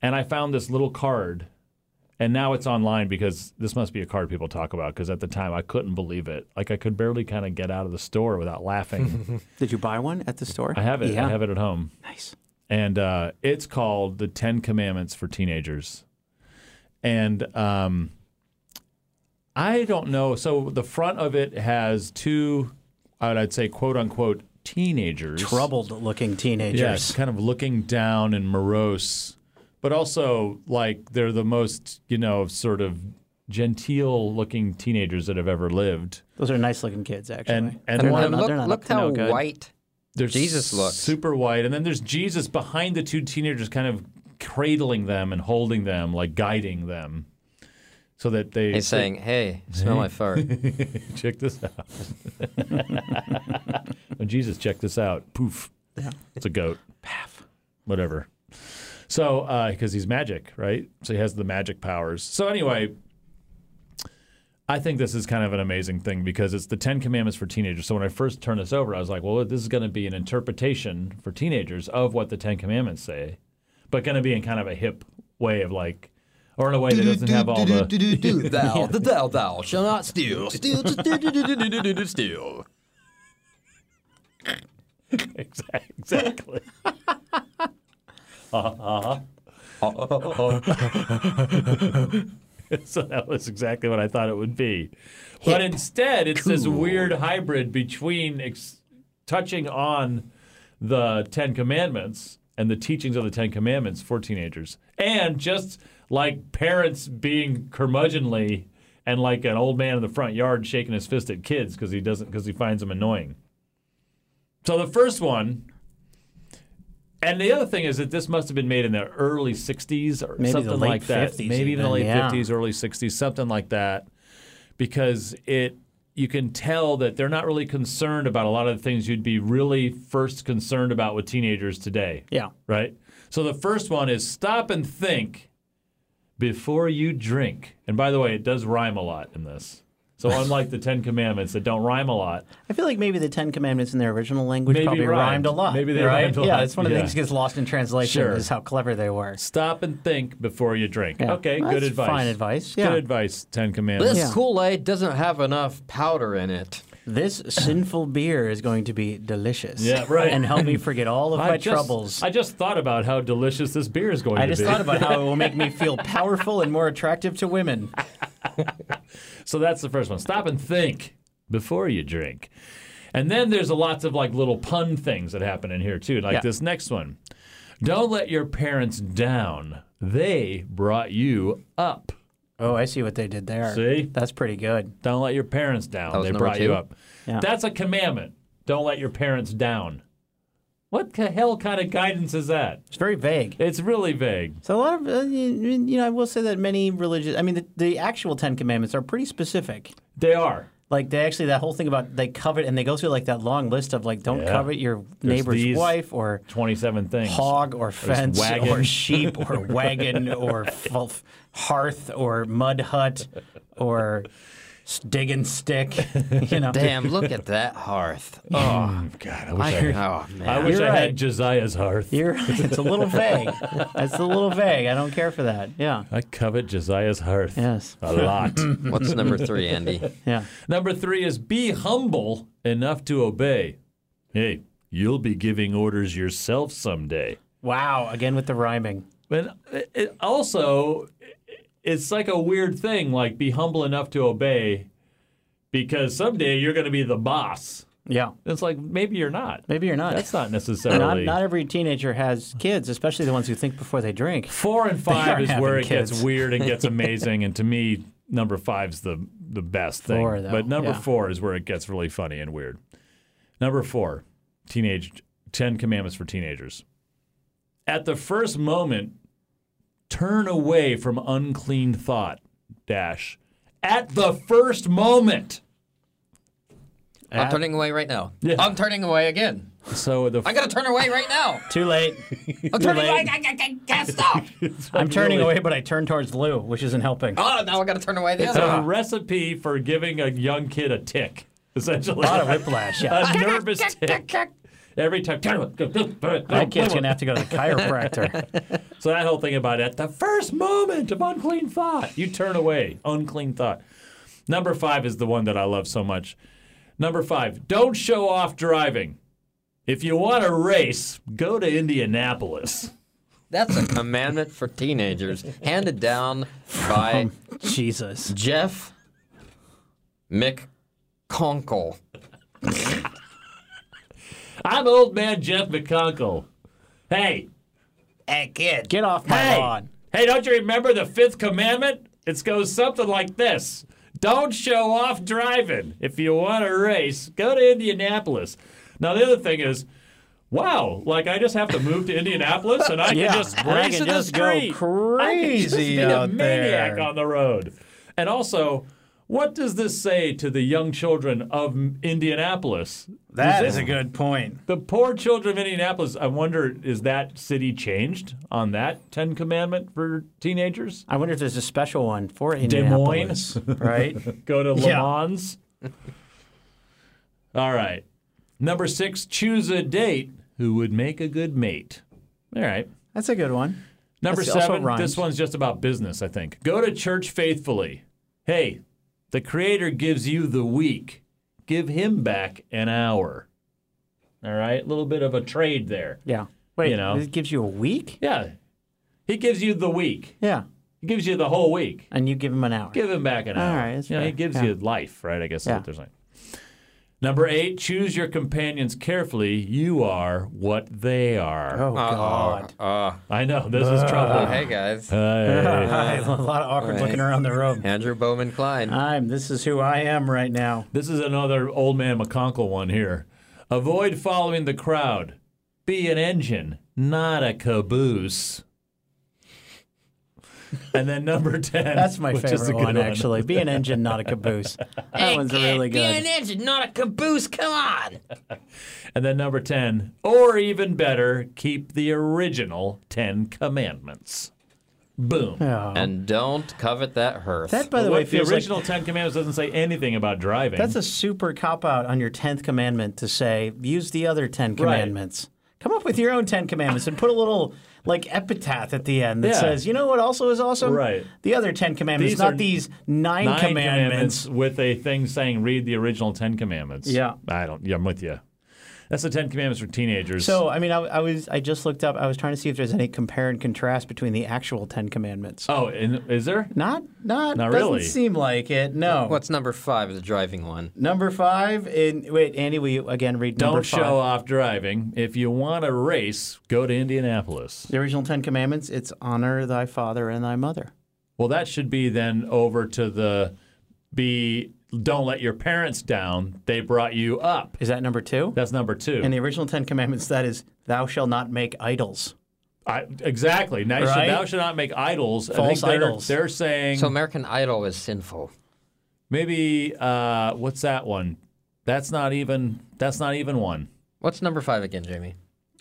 and I found this little card, and now it's online because this must be a card people talk about. Because at the time I couldn't believe it; like I could barely kind of get out of the store without laughing.
Did you buy one at the store?
I have it.
Yeah.
I have it at home
Nice.
and uh, it's called the Ten Commandments for Teenagers. And um, I don't know. So the front of it has two, uh, I'd say, quote unquote, teenagers.
Troubled looking teenagers.
Yes, kind of looking down and morose, but also like they're the most, you know, sort of genteel looking teenagers that have ever lived.
Those are nice looking kids, actually.
And and
And
one,
then
not-
look,
they're not up
look
to no
how
good.
white.
There's
Jesus looks.
super white, and then there's Jesus behind the two teenagers, kind of cradling them and holding them, like guiding them, so that they
He's saying, "Hey, smell my fart."
check this out. And Jesus, check this out. Poof,
Yeah.
it's a goat. Paf, whatever. So, because he's magic, right? So he has the magic powers. So anyway, I think this is kind of an amazing thing because it's the Ten Commandments for teenagers. So when I first turned this over, I was like, well, this is going to be an interpretation for teenagers of what the Ten Commandments say, but going to be in kind of a hip way of like, or in a way that doesn't have all the.
thou, the thou, thou shall not steal. Steal, steal, steal.
Exactly. Uh-huh. so that was exactly what I thought it would be. But instead, it's this weird hybrid between ex- touching on the Ten Commandments and the teachings of the Ten Commandments for teenagers, and just like parents being curmudgeonly and like an old man in the front yard shaking his fist at kids because he doesn't because he finds them annoying. So the first one. And the other thing is that this must have been made in the early 60s or
Maybe the
something
late
like that.
50s
Maybe even the
even,
late
yeah.
50s, early 60s, something like that. Because it you can tell that they're not really concerned about a lot of the things you'd be really first concerned about with teenagers today.
yeah.
Right? So the first one is stop and think before you drink. And by the way, it does rhyme a lot in this. So unlike the 10 commandments that don't rhyme a lot,
I feel like maybe the Ten Commandments in their original language
Maybe
probably
rhymed.
rhymed. a lot.
Maybe they
right?
rhymed a
Yeah,
lot,
it's one of the
yeah.
things that gets lost in translation
Sure.
is how clever they were.
Stop and think before you drink.
Yeah.
Okay,
Well,
good
that's
advice.
fine advice, yeah.
Good advice, Ten Commandments.
This
Yeah.
Kool-Aid doesn't have enough powder in it.
This sinful beer is going to be delicious.
Yeah, right.
And help me forget all of my
I just,
troubles.
I just thought about how delicious this beer is going
I
to
just
be.
thought about how it will make me feel powerful and more attractive to women.
so that's the first one. Stop and think before you drink. And then there's a lots of like little pun things that happen in here too, like
Yeah.
this next one. Don't let your parents down. They brought you up.
Oh, I see what they did there.
See?
That's pretty good.
Don't let your parents down.
was
They
number
brought
two.
you up.
Yeah.
That's a commandment. Don't let your parents down. What the hell kind of guidance is that?
It's very vague.
It's really vague.
So a lot of, uh, you you know, I will say that many religious, I mean, the, the actual Ten Commandments are pretty specific.
They are.
Like they actually that whole thing about they covet and they go through like that long list of like don't
Yeah.
covet your neighbor's
these-
wife or
27 things.
hog or fence
wagon.
or sheep or wagon or f- hearth or mud hut or s- digging stick. You know,
Damn, look at that hearth. Oh,
Hmm. God, I wish I,
I- oh, man.
I wish
You're
I
right.
had Josiah's hearth.
You're right. It's a little vague. That's a little vague. I don't care for that. Yeah.
I covet Josiah's hearth.
Yes.
A lot.
What's number three, Andy?
Yeah.
Number three is be humble enough to obey. Hey, you'll be giving orders yourself someday.
Wow. Again with the rhyming.
But it- it also, it's like a weird thing, like be humble enough to obey, because someday you're going to be the boss.
Yeah.
It's like maybe you're not.
Maybe you're not.
That's not
not,
necessarily.
not every teenager has kids, especially the ones who think before they drink.
Four and five
aren't
is where it
having
gets
kids.
weird and gets amazing, and to me, number five's the the best thing.
Four, though,
but number
yeah.
four is where it gets really funny and weird. Number four, teenage Ten Commandments for teenagers. At the first moment, turn away from unclean thought. Dash. At the first moment.
I'm turning away right now.
Yeah.
I'm turning away again.
So the
I gotta turn away right now.
Too late.
I'm turning away. I, I, I can't stop.
I'm turning away, but I turn towards Lou, which isn't helping.
Oh, now I gotta turn away the
it's a
other.
recipe for giving a young kid a tick, essentially.
A lot of whiplash. Yeah.
a nervous tick. Every time.
That
That
kid's gonna have to go to the chiropractor.
So that whole thing about at the first moment of unclean thought, you turn away. Unclean thought. Number five is the one that I love so much. Number five, don't show off driving. If you want to race, go to Indianapolis.
That's a commandment for teenagers, handed down by
Jesus.
Jeff McConkle.
I'm old man Jeff McConkle. Hey,
Hey, kid.
Get off my
hey,
lawn.
hey, don't you remember the fifth commandment? It goes something like this Don't show off driving. If you want to race, go to Indianapolis. Now, the other thing is, wow, like I just have to move to Indianapolis and I
Yeah,
can just
and I
race
can
in
just
the
go
street. I can just
crazy
be a
out
maniac
there.
on the road. And also, what does this say to the young children of Indianapolis?
That is a good point.
The poor children of Indianapolis. I wonder, is that city changed on that Ten Commandment for teenagers?
I wonder if there's a special one for
Des
Indianapolis.
Moines,
Right?
go to Le
Yeah.
Mans. All right. Number six, choose a date who would make a good mate. All right.
That's a good one.
Number
That's also
seven,
rhymes.
this one's just about business, I think. Go to church faithfully. Hey, the Creator gives you the week, give him back an hour. All right. A little bit of a trade there.
Yeah. Wait,
You know.
it gives you a week?
Yeah. He gives you the week.
Yeah.
He gives you the whole week.
And you give him an hour.
Give him back an hour.
right, that's
you know, he
fair.
gives
Yeah.
you life, right? I guess is
Yeah.
what they're saying. Number eight, choose your companions carefully. You are what they are.
Oh,
Uh,
God.
I know, this is trouble.
hey, guys.
Hey.
a lot of awkward looking around the room.
Andrew Bowman Klein.
I'm. This is who I am right now.
This is another old man McConkle one here. Avoid following the crowd. Be an engine, not a caboose. And then number 10.
That's my
which is a
favorite
good
one, actually. Be an engine, not a caboose. That one's really good.
engine, not a caboose. Come on.
And then number 10, or even better, keep the original 10 commandments. Boom.
Oh.
And don't covet that hearth.
That, by the way,
What- the
feels like
original 10 commandments doesn't say anything about driving.
that's a super cop out on your tenth commandment to say use the other ten commandments. Come up with your own ten commandments and put a little like epitaph at the end that
Yeah.
says, you know what also is awesome?
Right.
The other ten commandments,
These are
not these nine,
Nine
commandments.
commandments with a thing saying read the original 10 commandments.
Yeah.
I don't yeah, I'm with you. That's the 10 commandments for teenagers.
So I mean, I, I was I just looked up. I was trying to see if there's any compare and contrast between the actual Ten Commandments.
Oh, and is there?
Not, not,
Not
doesn't
really.
seem like it. No.
What's number five? The driving one.
Number five. In wait, Andy, will you again read number
Don't
five?
show off driving. If you want to race, go to Indianapolis.
The original Ten Commandments. It's honor thy father and thy mother.
Well, that should be then over to the be don't let your parents down. They brought you up.
Is that number two?
That's number 2.
In the original Ten Commandments, that is, thou shalt not make idols.
I, exactly. Now you should-
Right?
thou should not make idols. I
False
think they're,
idols.
They're saying
So American Idol is sinful.
maybe uh, what's that one? That's not even that's not even one.
What's number five again, Jamie?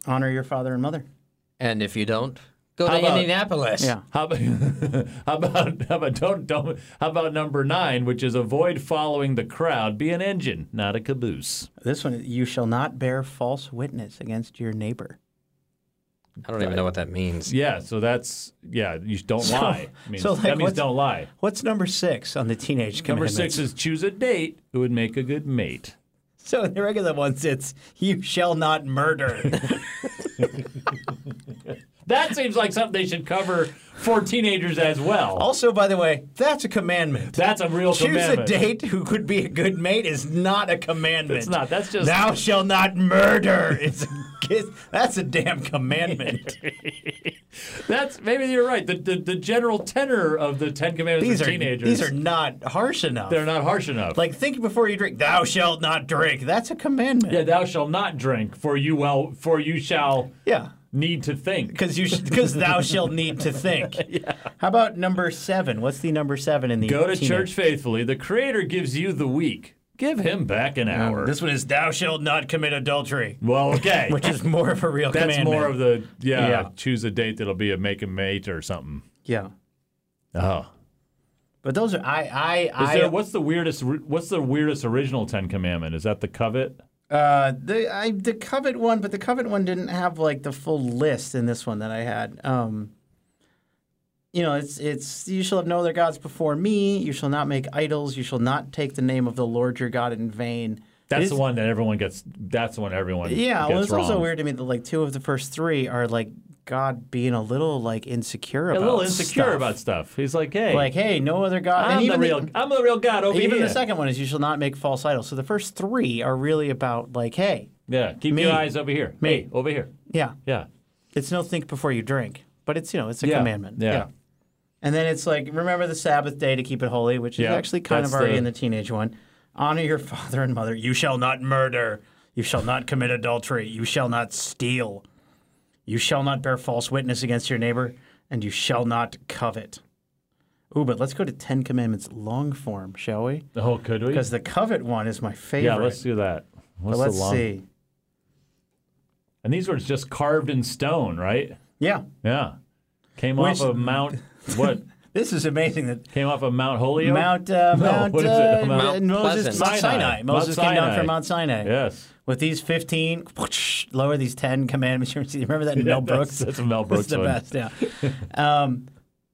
Honor your father and mother.
And if you don't,
Go
How
to
about-
Indianapolis.
Yeah.
How about, how about how about don't don't how about number nine, which is avoid following the crowd. Be an engine, not a caboose.
This one, you shall not bear false witness against your neighbor.
I don't even know what that means.
Yeah, so that's yeah. You don't lie. I mean,
so, like,
that means
what's-
don't lie.
What's number six on the teenage
Number
commandments?
six is choose a date who would make a good mate.
So in the regular ones, it's you shall not murder.
That seems like something they should cover for teenagers as well.
also, by the way, that's a commandment.
that's a real
Choose
commandment.
a date who could be a good mate is not a commandment.
It's not. That's just
Thou shall not murder. It's a, kiss- that's a damn commandment.
that's maybe you're right. The, the the general tenor of the Ten Commandments
these
of
are
teenagers.
these are not harsh enough.
they're not harsh enough.
like think before you drink. Thou shalt not drink. That's a commandment.
yeah, thou shalt not drink, for you well, for you shall
Yeah.
need to think.
Because you, because thou shalt need to think. How about number seven? What's the number seven in the
Go to
teenage-
church faithfully. The Creator gives you the week. Give him back an hour.
This one is thou shalt not commit adultery,
well, okay.
which is more of a real
That's
commandment.
more of the yeah,
Yeah.
Choose a date that'll be a make a mate or something.
yeah.
Oh,
But those are I I
is
I
there what's the weirdest? What's the weirdest original Ten Commandment? Is that the covet?
uh the I the covet one, but the covet one didn't have like the full list in this one that I had. Um you know, it's it's you shall have no other gods before me, you shall not make idols, you shall not take the name of the Lord your God in vain.
That's
It's-
the one that everyone gets. That's the one everyone.
Yeah,
gets
well it's also
wrong.
weird to me that like two of the first three are like God being a little like
A
insecure about
little insecure
stuff.
about stuff. He's like, hey,
like, hey, no other God
I'm the
even
real. I'm the real God over
Even
here.
the second one is you shall not make false idols. So the first three are really about like, hey,
Yeah, keep
Me.
your eyes over here.
Me.
Hey, over here.
yeah,
Yeah.
it's no think before you drink, but it's you know it's a
yeah.
commandment.
Yeah.
And then it's like remember the Sabbath day to keep it holy, which is
Yeah,
actually kind of
that's
already
the-
in the teenage one. Honor your father and mother. You shall not murder. You shall not commit adultery. You shall not steal. You shall not bear false witness against your neighbor, and you shall not covet. Ooh, but let's go to Ten Commandments long form, shall we?
Oh, could we?
Because the covet one is my favorite.
Yeah, let's do that. What's
But
the
let's
long-
see.
And these were just carved in stone, right?
Yeah,
Yeah. Came
Which-
off of Mount what?
This is amazing that
Came off of Mount Holyoke.
Mount uh, Mount,
what is it?
uh,
Mount
Mount Moses
Pleasant.
Mount
Sinai.
Sinai.
Mount
Moses came down
Sinai.
from Mount Sinai.
yes.
With these fifteen, whoosh, lower these ten commandments. You Remember that in Mel Brooks?
That's, that's Mel Brooks.
That's the
one.
best. Yeah. um,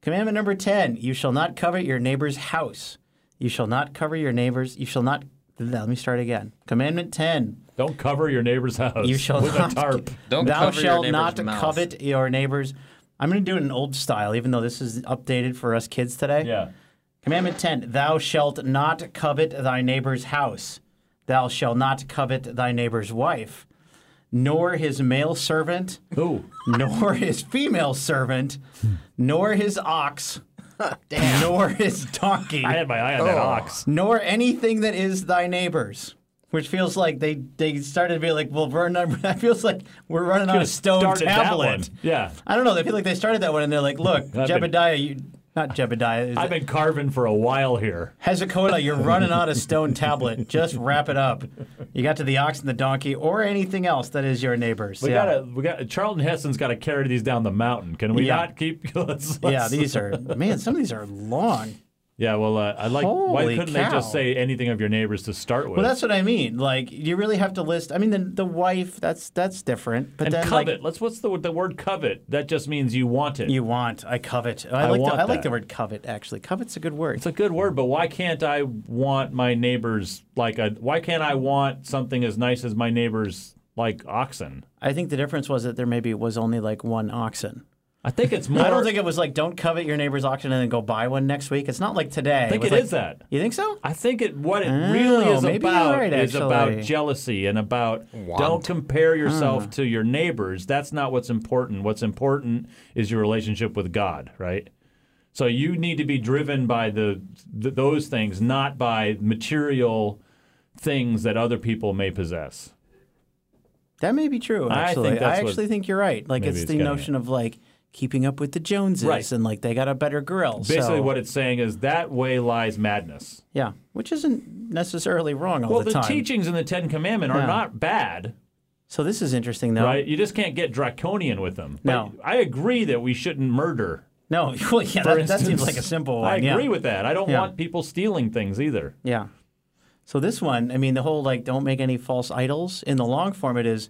commandment number ten: You shall not covet your neighbor's house. You shall not cover your neighbor's. You shall not. Let me start again. Commandment ten:
Don't cover your neighbor's house
You shall
with
not
a tarp.
Don't
thou
cover your
shalt
neighbor's
not
mouth.
covet your neighbor's. I'm going to do it in old style, even though this is updated for us kids today.
Yeah.
Commandment 10 Thou shalt not covet thy neighbor's house, thou shalt not covet thy neighbor's wife, nor his male servant,
Ooh.
nor his female servant, nor his ox, nor his donkey,
I had my eye on that
Oh.
ox.
nor anything that is thy neighbor's. Which feels like they, they started to be like, well, we're not, that feels like we're running on a stone
Started that
tablet.
one. Yeah.
I don't know. They feel like they started that one and they're like, look,
been-
Jebediah, you, not Jebediah. is
I've
it-
been carving for a while here.
Hezekiah, you're running out of stone tablet. Just wrap it up. You got to the ox and the donkey, or anything else that is your neighbor's.
We
yeah.
gotta, we got. Charlton Heston's got to carry these down the mountain. Can we
Yeah.
not keep? Let's,
yeah,
let's-
these are man. Some of these are long.
Yeah, well, uh, I like. why
Holy
couldn't
cow.
they just say anything of your neighbors to start with?
Well, that's what I mean. Like you really have to list. I mean, the the wife. That's that's different. But
and
then
covet.
like
Let's. What's the the word covet? That just means you want it.
you want, I covet. I, like
want
the, I like
that.
the word covet actually. Covet's a good word.
it's a good word, but why can't I want my neighbors like a? Why can't I want something as nice as my neighbors like oxen?
I think the difference was that there maybe was only like one oxen.
I think it's more.
I don't think it was like don't covet your neighbor's oxen and then go buy one next week. It's not like today.
I think
it is
it is that.
You think so?
I think it what it really
Oh,
is
maybe you're
about
right,
is about
actually.
jealousy and about don't compare yourself to your neighbors. That's not what's important. What's important is your relationship with God, right? So you need to be driven by the th- those things, not by material things that other people may possess.
That may be true.
I
Actually, I,
think that's what-
actually think you're right. Like
Maybe
it's
it's
the
getting
notion of like keeping up with the Joneses
Right.
and like they got a better grill.
Basically,
so,
what it's saying is that way lies madness.
Yeah, which isn't necessarily wrong all
Well,
the
the,
time.
teachings in the Ten Commandment are
Yeah.
not bad.
So this is interesting, though.
right? You just can't get draconian with them.
No.
But I agree that we shouldn't murder.
No, well, yeah,
For
that, that seems
instance.
like a simple one.
I
yeah.
agree with that. I don't
Yeah.
want people stealing things either.
Yeah. So this one, I mean, the whole like don't make any false idols. In the long form, it is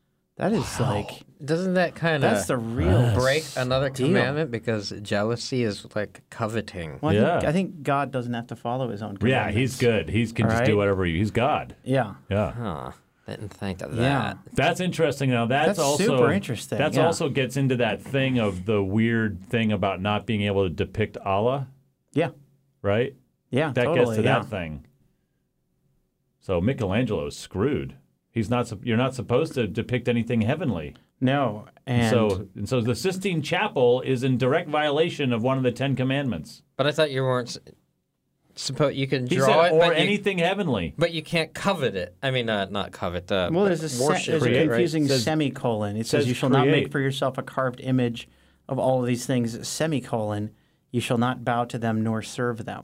That is like
Doesn't that kind
that's
of
the real
break another
deal.
commandment because jealousy is like coveting?
Well, I, think,
Yeah.
I think God doesn't have to follow his own
Yeah,
commandments.
he's good. He can just
Alright.
do whatever he. He's God.
Yeah.
Yeah.
Huh. Didn't think of
Yeah.
that.
That's interesting. Now that's,
That's
also
super interesting,
That's
yeah.
also gets into that thing of the weird thing about not being able to depict Allah,
Yeah.
right?
Yeah.
That
totally.
gets to
yeah.
that thing. So Michelangelo's screwed. He's not. sup- You're not supposed to depict anything heavenly.
No. And
so and so the Sistine Chapel is in direct violation of one of the Ten Commandments.
But I thought you weren't supposed. You can
He
draw
said,
it,
or
but you,
anything heavenly.
but you can't covet it. I mean, uh, not covet. Uh,
well, there's a, se-
worship.
there's a
it,
create,
right?
confusing
Says-
semicolon. It says,
says
"You shall not
create.
make for yourself a carved image of all of these things." Semicolon. You shall not bow to them nor serve them.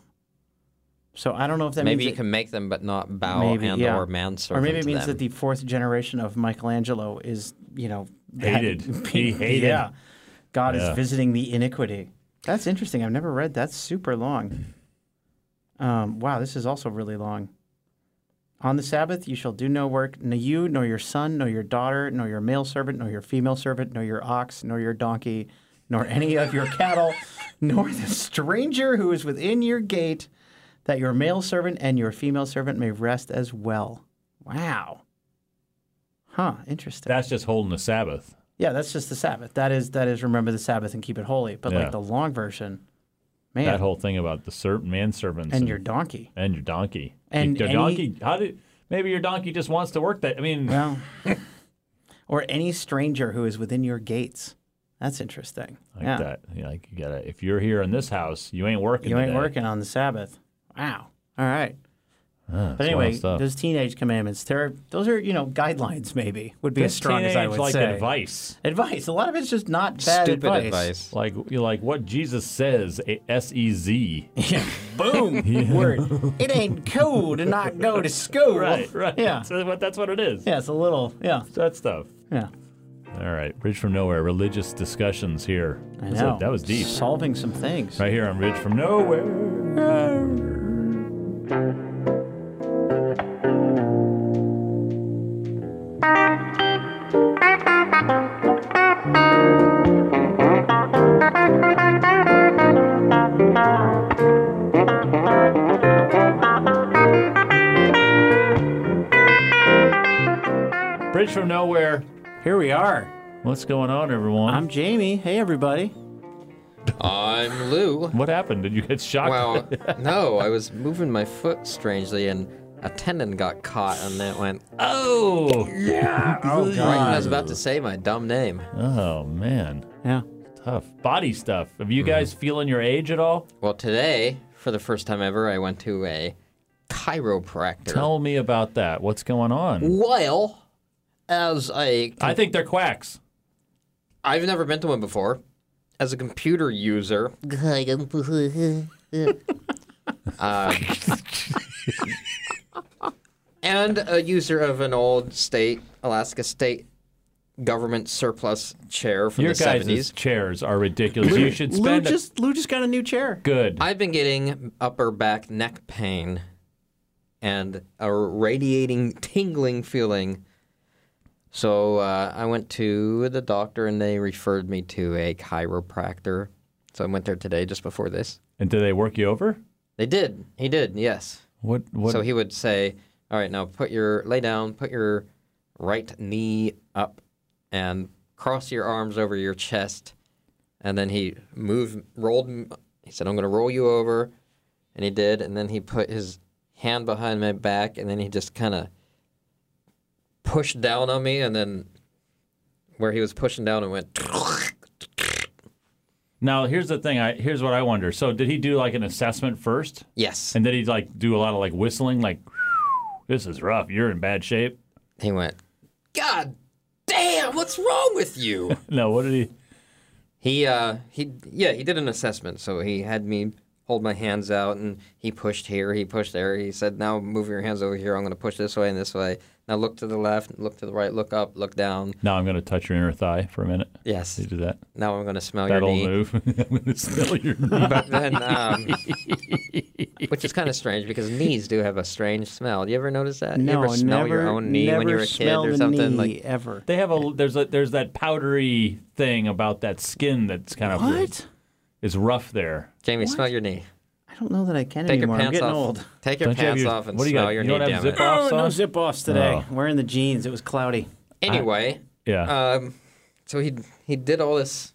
So I don't know if that means
Maybe you
it-
can make them, but not bow
Maybe,
and
yeah.
or manserve.
Or maybe it
to
means
them.
that the fourth generation of Michelangelo is, you know, that-
Hated. He hated.
Yeah, God
Yeah.
is visiting the iniquity. That's interesting. I've never read. That's super long. Um, wow, this is also really long. On the Sabbath, you shall do no work, nor you, nor your son, nor your daughter, nor your male servant, nor your female servant, nor your ox, nor your donkey, nor any of your cattle, nor the stranger who is within your gate, that your male servant and your female servant may rest as well. Wow. Huh, interesting.
That's just holding the Sabbath.
yeah, that's just the Sabbath. That is that is remember the Sabbath and keep it holy. But
Yeah.
like the long version, man,
That whole thing about the ser- manservants
and your donkey.
and your donkey.
And
your
any-
donkey. How did? Maybe your donkey just wants to work that. I mean,
Well, or any stranger who is within your gates. That's interesting.
like
yeah.
that. You know, like you gotta. If you're here in this house, you ain't working.
You ain't
today.
working on the Sabbath. Wow. All right.
Huh, it's a lot
But
of
anyway,
stuff.
those teenage commandments, they're, those are, you know, guidelines maybe would be as
That's
strong as I
teenage,
would
like
say.
advice.
Advice. A lot of it's just not bad
stupid advice.
Like you like what Jesus says. S E Z.
Boom. Word. It ain't cool to not go to school.
Right. Right.
Yeah.
So what- that's what it is.
Yeah, it's a little. Yeah.
That stuff.
Yeah.
All right, Bridge from Nowhere, religious discussions here.
I
That's a-
know.
that was deep.
Solving some things.
Right here on Bridge from Nowhere. Bridge from Nowhere.
Here we are.
What's going on, everyone?
I'm Jamie. Hey, everybody.
I'm Lou.
what happened? Did you get shocked?
Well, no, I was moving my foot strangely and a tendon got caught and it went
oh,
Oh,
right when I was about to say my dumb name.
oh man,
Yeah.
tough body stuff. Have you guys
Mm-hmm.
feeling your age at all?
Well, today, for the first time ever, I went to a chiropractor.
Tell me about that. What's going on?
Well, as a
I think they're quacks.
I've never been to one before. As a computer user, um, and a user of an old state, Alaska state government surplus chair from
Your
the
guys'
70s.
chairs are ridiculous. you should
Lou
spend a-
just, Lou just got a new chair.
good.
I've been getting upper back neck pain and a radiating tingling feeling. So uh, I went to the doctor and they referred me to a chiropractor. So I went there today just before this.
and do they work you over?
They did. He did, yes.
What? What?
So he would say, "All right, now put your lay down, put your right knee up, and cross your arms over your chest." And then he moved, rolled. m- He said, "I'm going to roll you over," and he did. And then he put his hand behind my back, and then he just kind of pushed down on me, and then where he was pushing down, it went.
Now here's the thing. I here's what I wonder. So did he do like an assessment first,
Yes.
and then he like do a lot of like whistling, like this is rough. You're in bad shape.
he went, God damn, what's wrong with you?
No, what did he?
He uh he yeah, he did an assessment. So he had me hold my hands out and he pushed here, he pushed there. He said, "Now move your hands over here. I'm going to push this way and this way. Now look to the left, look to the right, look up, look down."
Now I'm gonna touch your inner thigh for a minute.
Yes.
He did that.
Now I'm going to smell
That
your
old
knee.
move. I'm gonna smell your knee.
But then um, which is kind of strange because knees do have a strange smell. Do you ever notice that? you
No,
ever smell
never,
your own knee
never
when you were a kid
smell
or
the
something
knee
like
ever.
They have a there's a there's that powdery thing about that skin that's kind of
What?
is rough there.
Jamie, smell your knee.
I don't know that I can
Take your
anymore. I'm
pants
getting
off.
old.
Take your
Don't you have
pants
your-
off and
what do you
smell
got?
your
You don't
knee.
have
damn it.
zip off?
Oh, no
on?
zip offs today. Wearing the jeans. It was cloudy.
Anyway,
Yeah.
Um, so he he did all this.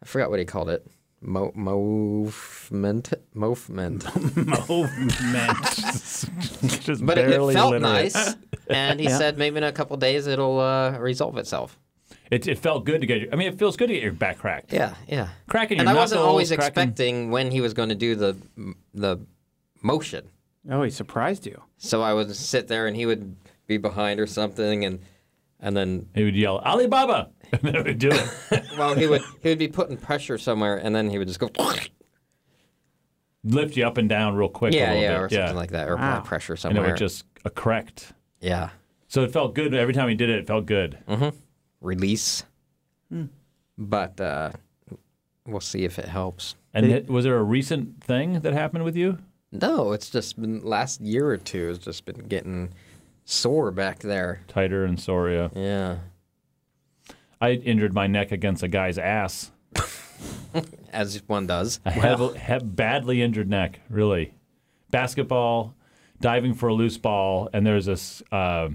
I forgot what he called it. Mo- movement, movement.
Oh man.
Just
But it, it
barely
felt
literate.
nice, and he said maybe in a couple days it'll uh, resolve itself.
It, it felt good to get your. I mean, it feels good to get your back cracked.
Yeah, yeah.
Cracking
and
your
I wasn't
knuckles,
always
cracking-
expecting when he was going to do the the motion.
oh, he surprised you.
So I would sit there, and he would be behind or something, and and then
He would yell Alibaba, and then it would do it.
well he would he would be putting pressure somewhere, and then he would just go
Lift you up and down real quick. a
yeah
little
yeah
bit.
or something like that, or apply
Wow.
pressure
And
somewhere.
it would just uh, correct.
yeah,
So it felt good every time he did it. It felt good.
Mm. release.
Hmm.
But uh, we'll see if it helps.
And it- was there a recent thing that happened with you?
No, it's just been last year or two. It's just been getting sore back there.
Tighter and sore. yeah.
Yeah,
I injured my neck against a guy's ass.
as one does.
A heav- he- badly injured neck, really. Basketball, diving for a loose ball, and there's this uh,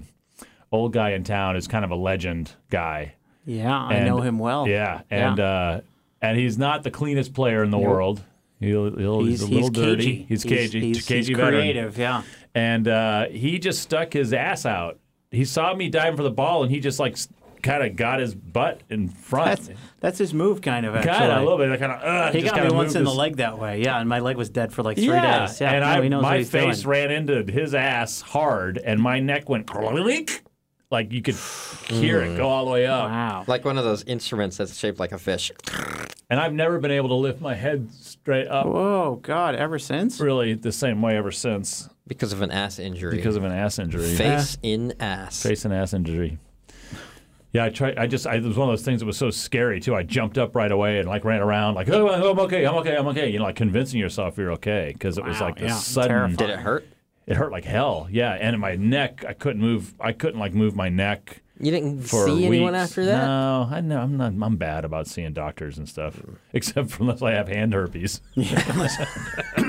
old guy in town who's kind of a legend guy.
Yeah, I
And-
know him well.
Yeah, and Uh, and he's not the cleanest player in the world. He'll, he'll, he's,
Oh, he's,
a little
he's
dirty.
cagey.
He's cagey.
He's,
cagey
he's
veteran.
creative. Yeah.
And uh, he just stuck his ass out. He saw me diving for the ball, and he just like kind of got his butt in front.
That's that's his move, kind of. Actually.
Kind of a little bit. Kind of. Uh,
He
just
got me
kinda
once
moved
in the
his-
leg that way. Yeah, and my leg was dead for like three days. Yeah,
and
no,
I,
he knows what
my
he's
face
doing.
ran into his ass hard, and my neck went clink. Like you could hear it go all the way up.
Wow.
Like one of those instruments that's shaped like a fish.
And I've never been able to lift my head straight up
Whoa, God! Ever since.
really the same way ever since
Because of an ass injury.
because of an ass injury.
Face in ass.
Face and ass injury. Yeah, I tried. I just, I, it was one of those things that was so scary too. I jumped up right away and like ran around, like, oh, I'm okay, I'm okay, I'm okay. You know, like convincing yourself you're okay because it was
Wow,
like the
yeah,
sudden,
terrifying.
Did it hurt?
it hurt like hell. Yeah, and in my neck, I couldn't move. I couldn't like move my neck
You didn't
for
see anyone
weeks.
after that?
No, I know I'm not. I'm bad about seeing doctors and stuff, except for unless I have hand herpes.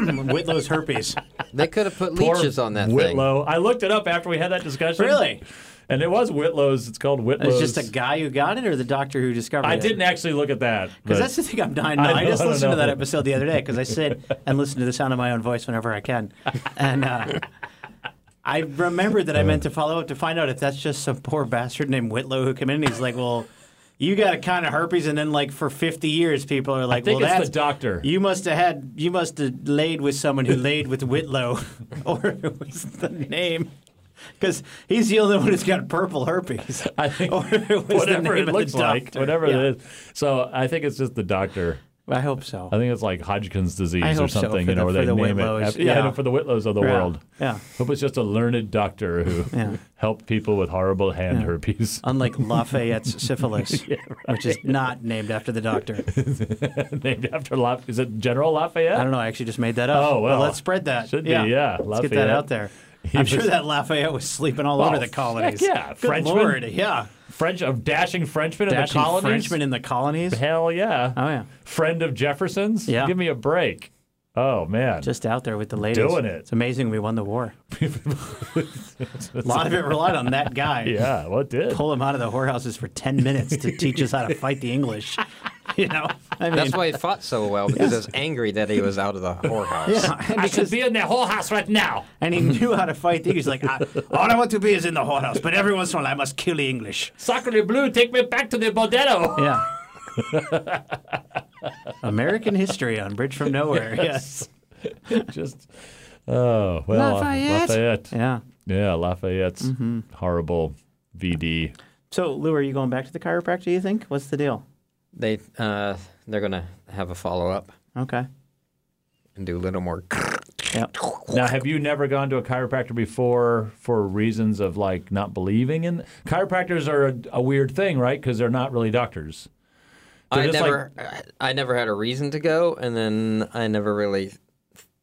Whitlow's herpes.
They could have put
Poor
leeches on that thing.
Whitlow. I looked it up after we had that discussion.
Really?
And it was Whitlow's. It's called
It
Whitlow's.
was just a guy who got it, or the doctor who discovered
I
it.
didn't actually look at that. but-
Because that's the thing I'm dying. No,
I
I,
know, I
just
don't
listened to that
know.
episode the other day because I sit and listen to the sound of my own voice whenever I can, and uh, I remembered that I meant to follow up to find out if that's just some poor bastard named Whitlow who came in and he's like, "Well, you got a kind of herpes," and then like for 50 years, people are like,
I think
"Well,
it's
that's
the doctor.
you must have had you must have laid with someone who laid with Whitlow, or it was the name." Because he's the only one who's got purple herpes.
I think
Or it was the
whatever
name of
it
the
looks like,
doctor.
whatever
Yeah.
it is. So I think it's just the doctor.
I hope so.
I think it's like Hodgkin's disease
I
or
hope so,
something,
for
you know,
the-
where
for
they
the
name
Whitlows,
it. af- Yeah, I
yeah.
know, for the Whitlows of the
Yeah,
world.
yeah.
Hope it's just a learned doctor who
Yeah.
helped people with horrible hand herpes.
unlike Lafayette's syphilis, which is not named after the doctor.
named after Lafayette. Is it General Lafayette?
I don't know. I actually just made that up.
Oh, well.
But let's spread that.
Should be, yeah,
Let's get
Lafayette.
that out there. I'm sure
was-
that Lafayette was sleeping all
Oh,
over the colonies.
heck yeah.
Good
Frenchman.
lord. Yeah.
French of dashing Frenchmen in the
Dashing
colonies.
Frenchman in the colonies.
Hell yeah.
Oh, yeah.
Friend of Jefferson's.
Yeah.
Give me a break. Oh man.
Just out there with the ladies.
Doing it.
It's amazing we won the war. a lot of it relied on that guy.
yeah. What did?
Pull him out of the whorehouses for 10 minutes to teach us how to fight the English. You know? I mean,
That's why he fought so well because he was angry that he was out of the whorehouse.
yeah, and
I should
because-
be in that whole house right now.
and he knew how to fight the English. Like, I, all I want to be is in the whorehouse, but every once in a while I must kill the English.
Sacre bleu, take me back to the bordello.
Yeah. American history on Bridge from Nowhere. Yes.
Just oh well,
Lafayette. Mm-hmm.
Lafayette.
Yeah.
Yeah, Lafayette's horrible VD.
So, Lou, are you going back to the chiropractor? You think? What's the deal?
They uh, they're gonna have a follow up
Okay.
and do a little more.
Yep.
Now, have you never gone to a chiropractor before for reasons of like not believing in chiropractors are a, a weird thing, right? Because they're not really doctors. They're
I
just
never I never had a reason to go, and then I never really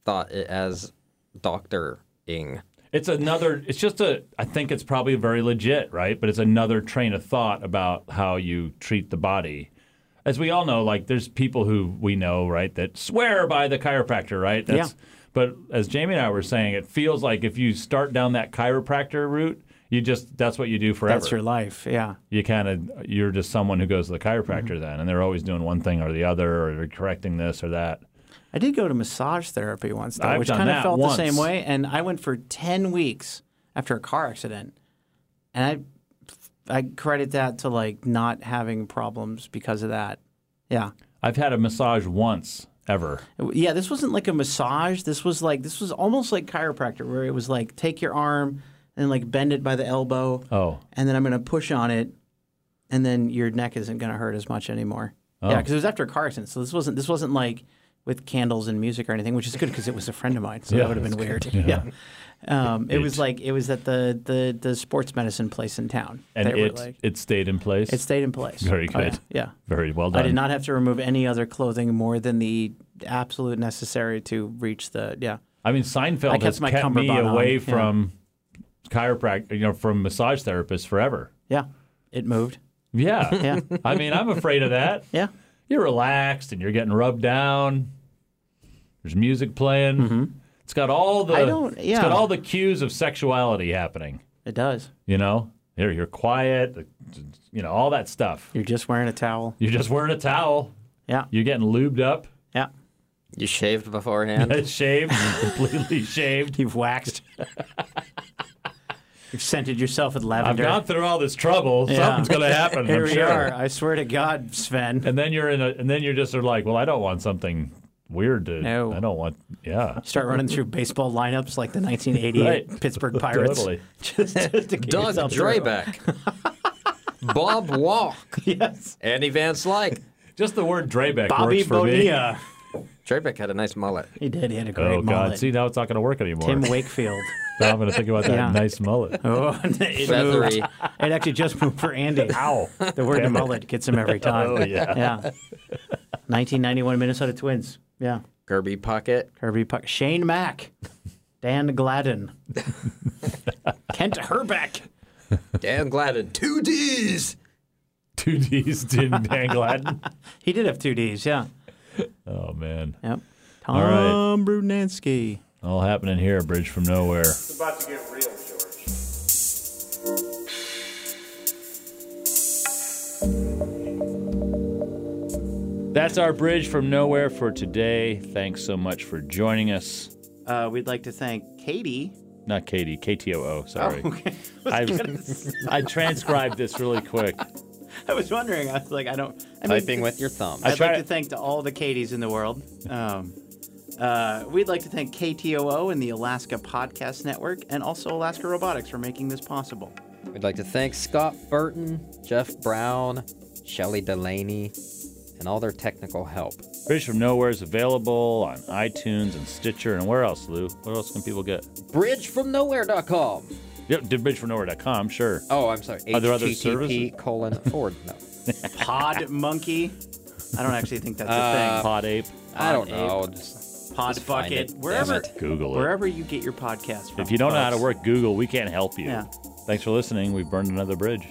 thought it as doctoring.
It's another. It's just a. I think it's probably very legit, right? But it's another train of thought about how you treat the body. As we all know, like there's people who we know, right, that swear by the chiropractor, right?
Yeah.
But as Jamie and I were saying, it feels like if you start down that chiropractor route, you just that's what you do forever.
That's your life. Yeah.
you kind of you're just someone who goes to the chiropractor
Mm-hmm.
then, and they're always doing one thing or the other, or they're correcting this or that.
I did go to massage therapy once, though,
I've
which
done
kind of
that
felt
once.
the same way. And I went for 10 weeks after a car accident. And I, I credit that to like not having problems because of that. Yeah.
I've had a massage once ever.
Yeah, this wasn't like a massage. This was like, this was almost like chiropractor, where it was like, take your arm and like bend it by the elbow.
Oh,
And then I'm going to push on it. And then your neck isn't going to hurt as much anymore.
Oh.
Yeah, because it was after a car accident. So this wasn't, this wasn't like, with candles and music or anything, which is good because it was a friend of mine, so
Yeah,
that would have been
that's
weird.
good.
Yeah. Um, it was
It.
like it was at the the the sports medicine place in town.
and
They were
it
like-
it stayed in place.
it stayed in place.
Very
Oh, yeah.
good.
yeah.
Very well done.
I did not have to remove any other clothing more than the absolute necessary to reach the yeah.
I mean, Seinfeld
I kept
has
my
kept me
cummerbund on,
away
yeah.
from chiropractic, you know, from massage therapists forever.
Yeah. It moved.
Yeah.
Yeah.
I mean, I'm afraid of that.
Yeah.
You're relaxed and you're getting rubbed down. There's music playing. It's got all the
Mm-hmm. I don't-
it's
yeah.
got all the cues of sexuality happening.
It does.
You know, here you're quiet. You know, all that stuff.
You're just wearing a towel.
You're just wearing a towel.
Yeah.
You're getting lubed up,
Yeah.
You shaved beforehand.
shaved, completely shaved.
You've waxed. You've scented yourself with
I've
lavender.
gone through all this trouble.
Yeah.
Something's going to happen.
Here
I'm
we
sure.
are. I swear to God, Sven.
and then you're in a, and then you're just sort of like, well, I don't want something weird to.
No.
I don't want. Yeah.
Start running through baseball lineups like the 1988
Right.
Pittsburgh Pirates.
Totally.
just, just to get
Doug
yourself through.
Drabeck, Bob Walk,
Yes.
Andy Van Slyke.
Just the word Drabeck
Bobby
works for me.
Bonilla.
Drabeck had a nice mullet.
He did. He had a great
Oh God!
mullet.
See now it's not going to work anymore.
Tim Wakefield.
Now I'm going to think about that
Yeah.
nice mullet.
Oh, it moved.
Feathery.
It actually just moved for Andy.
Ow!
The word mullet gets him every time.
Oh, yeah.
Yeah. 1991 Minnesota Twins. Yeah.
Kirby Puckett.
Kirby Puck. Shane Mack. Dan Gladden. Kent Herbeck.
Dan Gladden. Two D's.
Two D's Tim Dan Gladden.
He did have two D's. Yeah.
Oh man!
Yep. Tom
All right.
Brunansky.
All happening here. Bridge from nowhere.
It's about to get real, George.
That's our bridge from nowhere for today. Thanks so much for joining us.
Uh, we'd like to thank Katie.
Not Katie, KTOO. Sorry.
Oh,
I, I transcribed this really quick.
I was wondering. I was like, I don't. I mean,
Typing with your thumb.
I'd
try-
like to thank to all the Katies in the world. Um, uh, we'd like to thank KTOO and the Alaska Podcast Network, and also Alaska Robotics for making this possible.
We'd like to thank Scott Burton, Jeff Brown, Shelley Delaney, and all their technical help.
Bridge from Nowhere is available on iTunes and Stitcher and where else, Lou? Where else can people get?
Bridgefromnowhere.com.
Yep, bridgefromnowhere.com, sure.
Oh, I'm sorry.
Are there other services?
HTTP colon forward. No.
Pod Monkey. I don't actually think that's a
Pod Ape.
I don't
Ape.
know. Just
thing. Pod
find
Bucket.
it. Damn
Wherever,
it.
Google it.
wherever you get your podcast from.
if you don't know how to
folks.
work Google, we can't help you.
Yeah.
Thanks for listening. We've burned another bridge.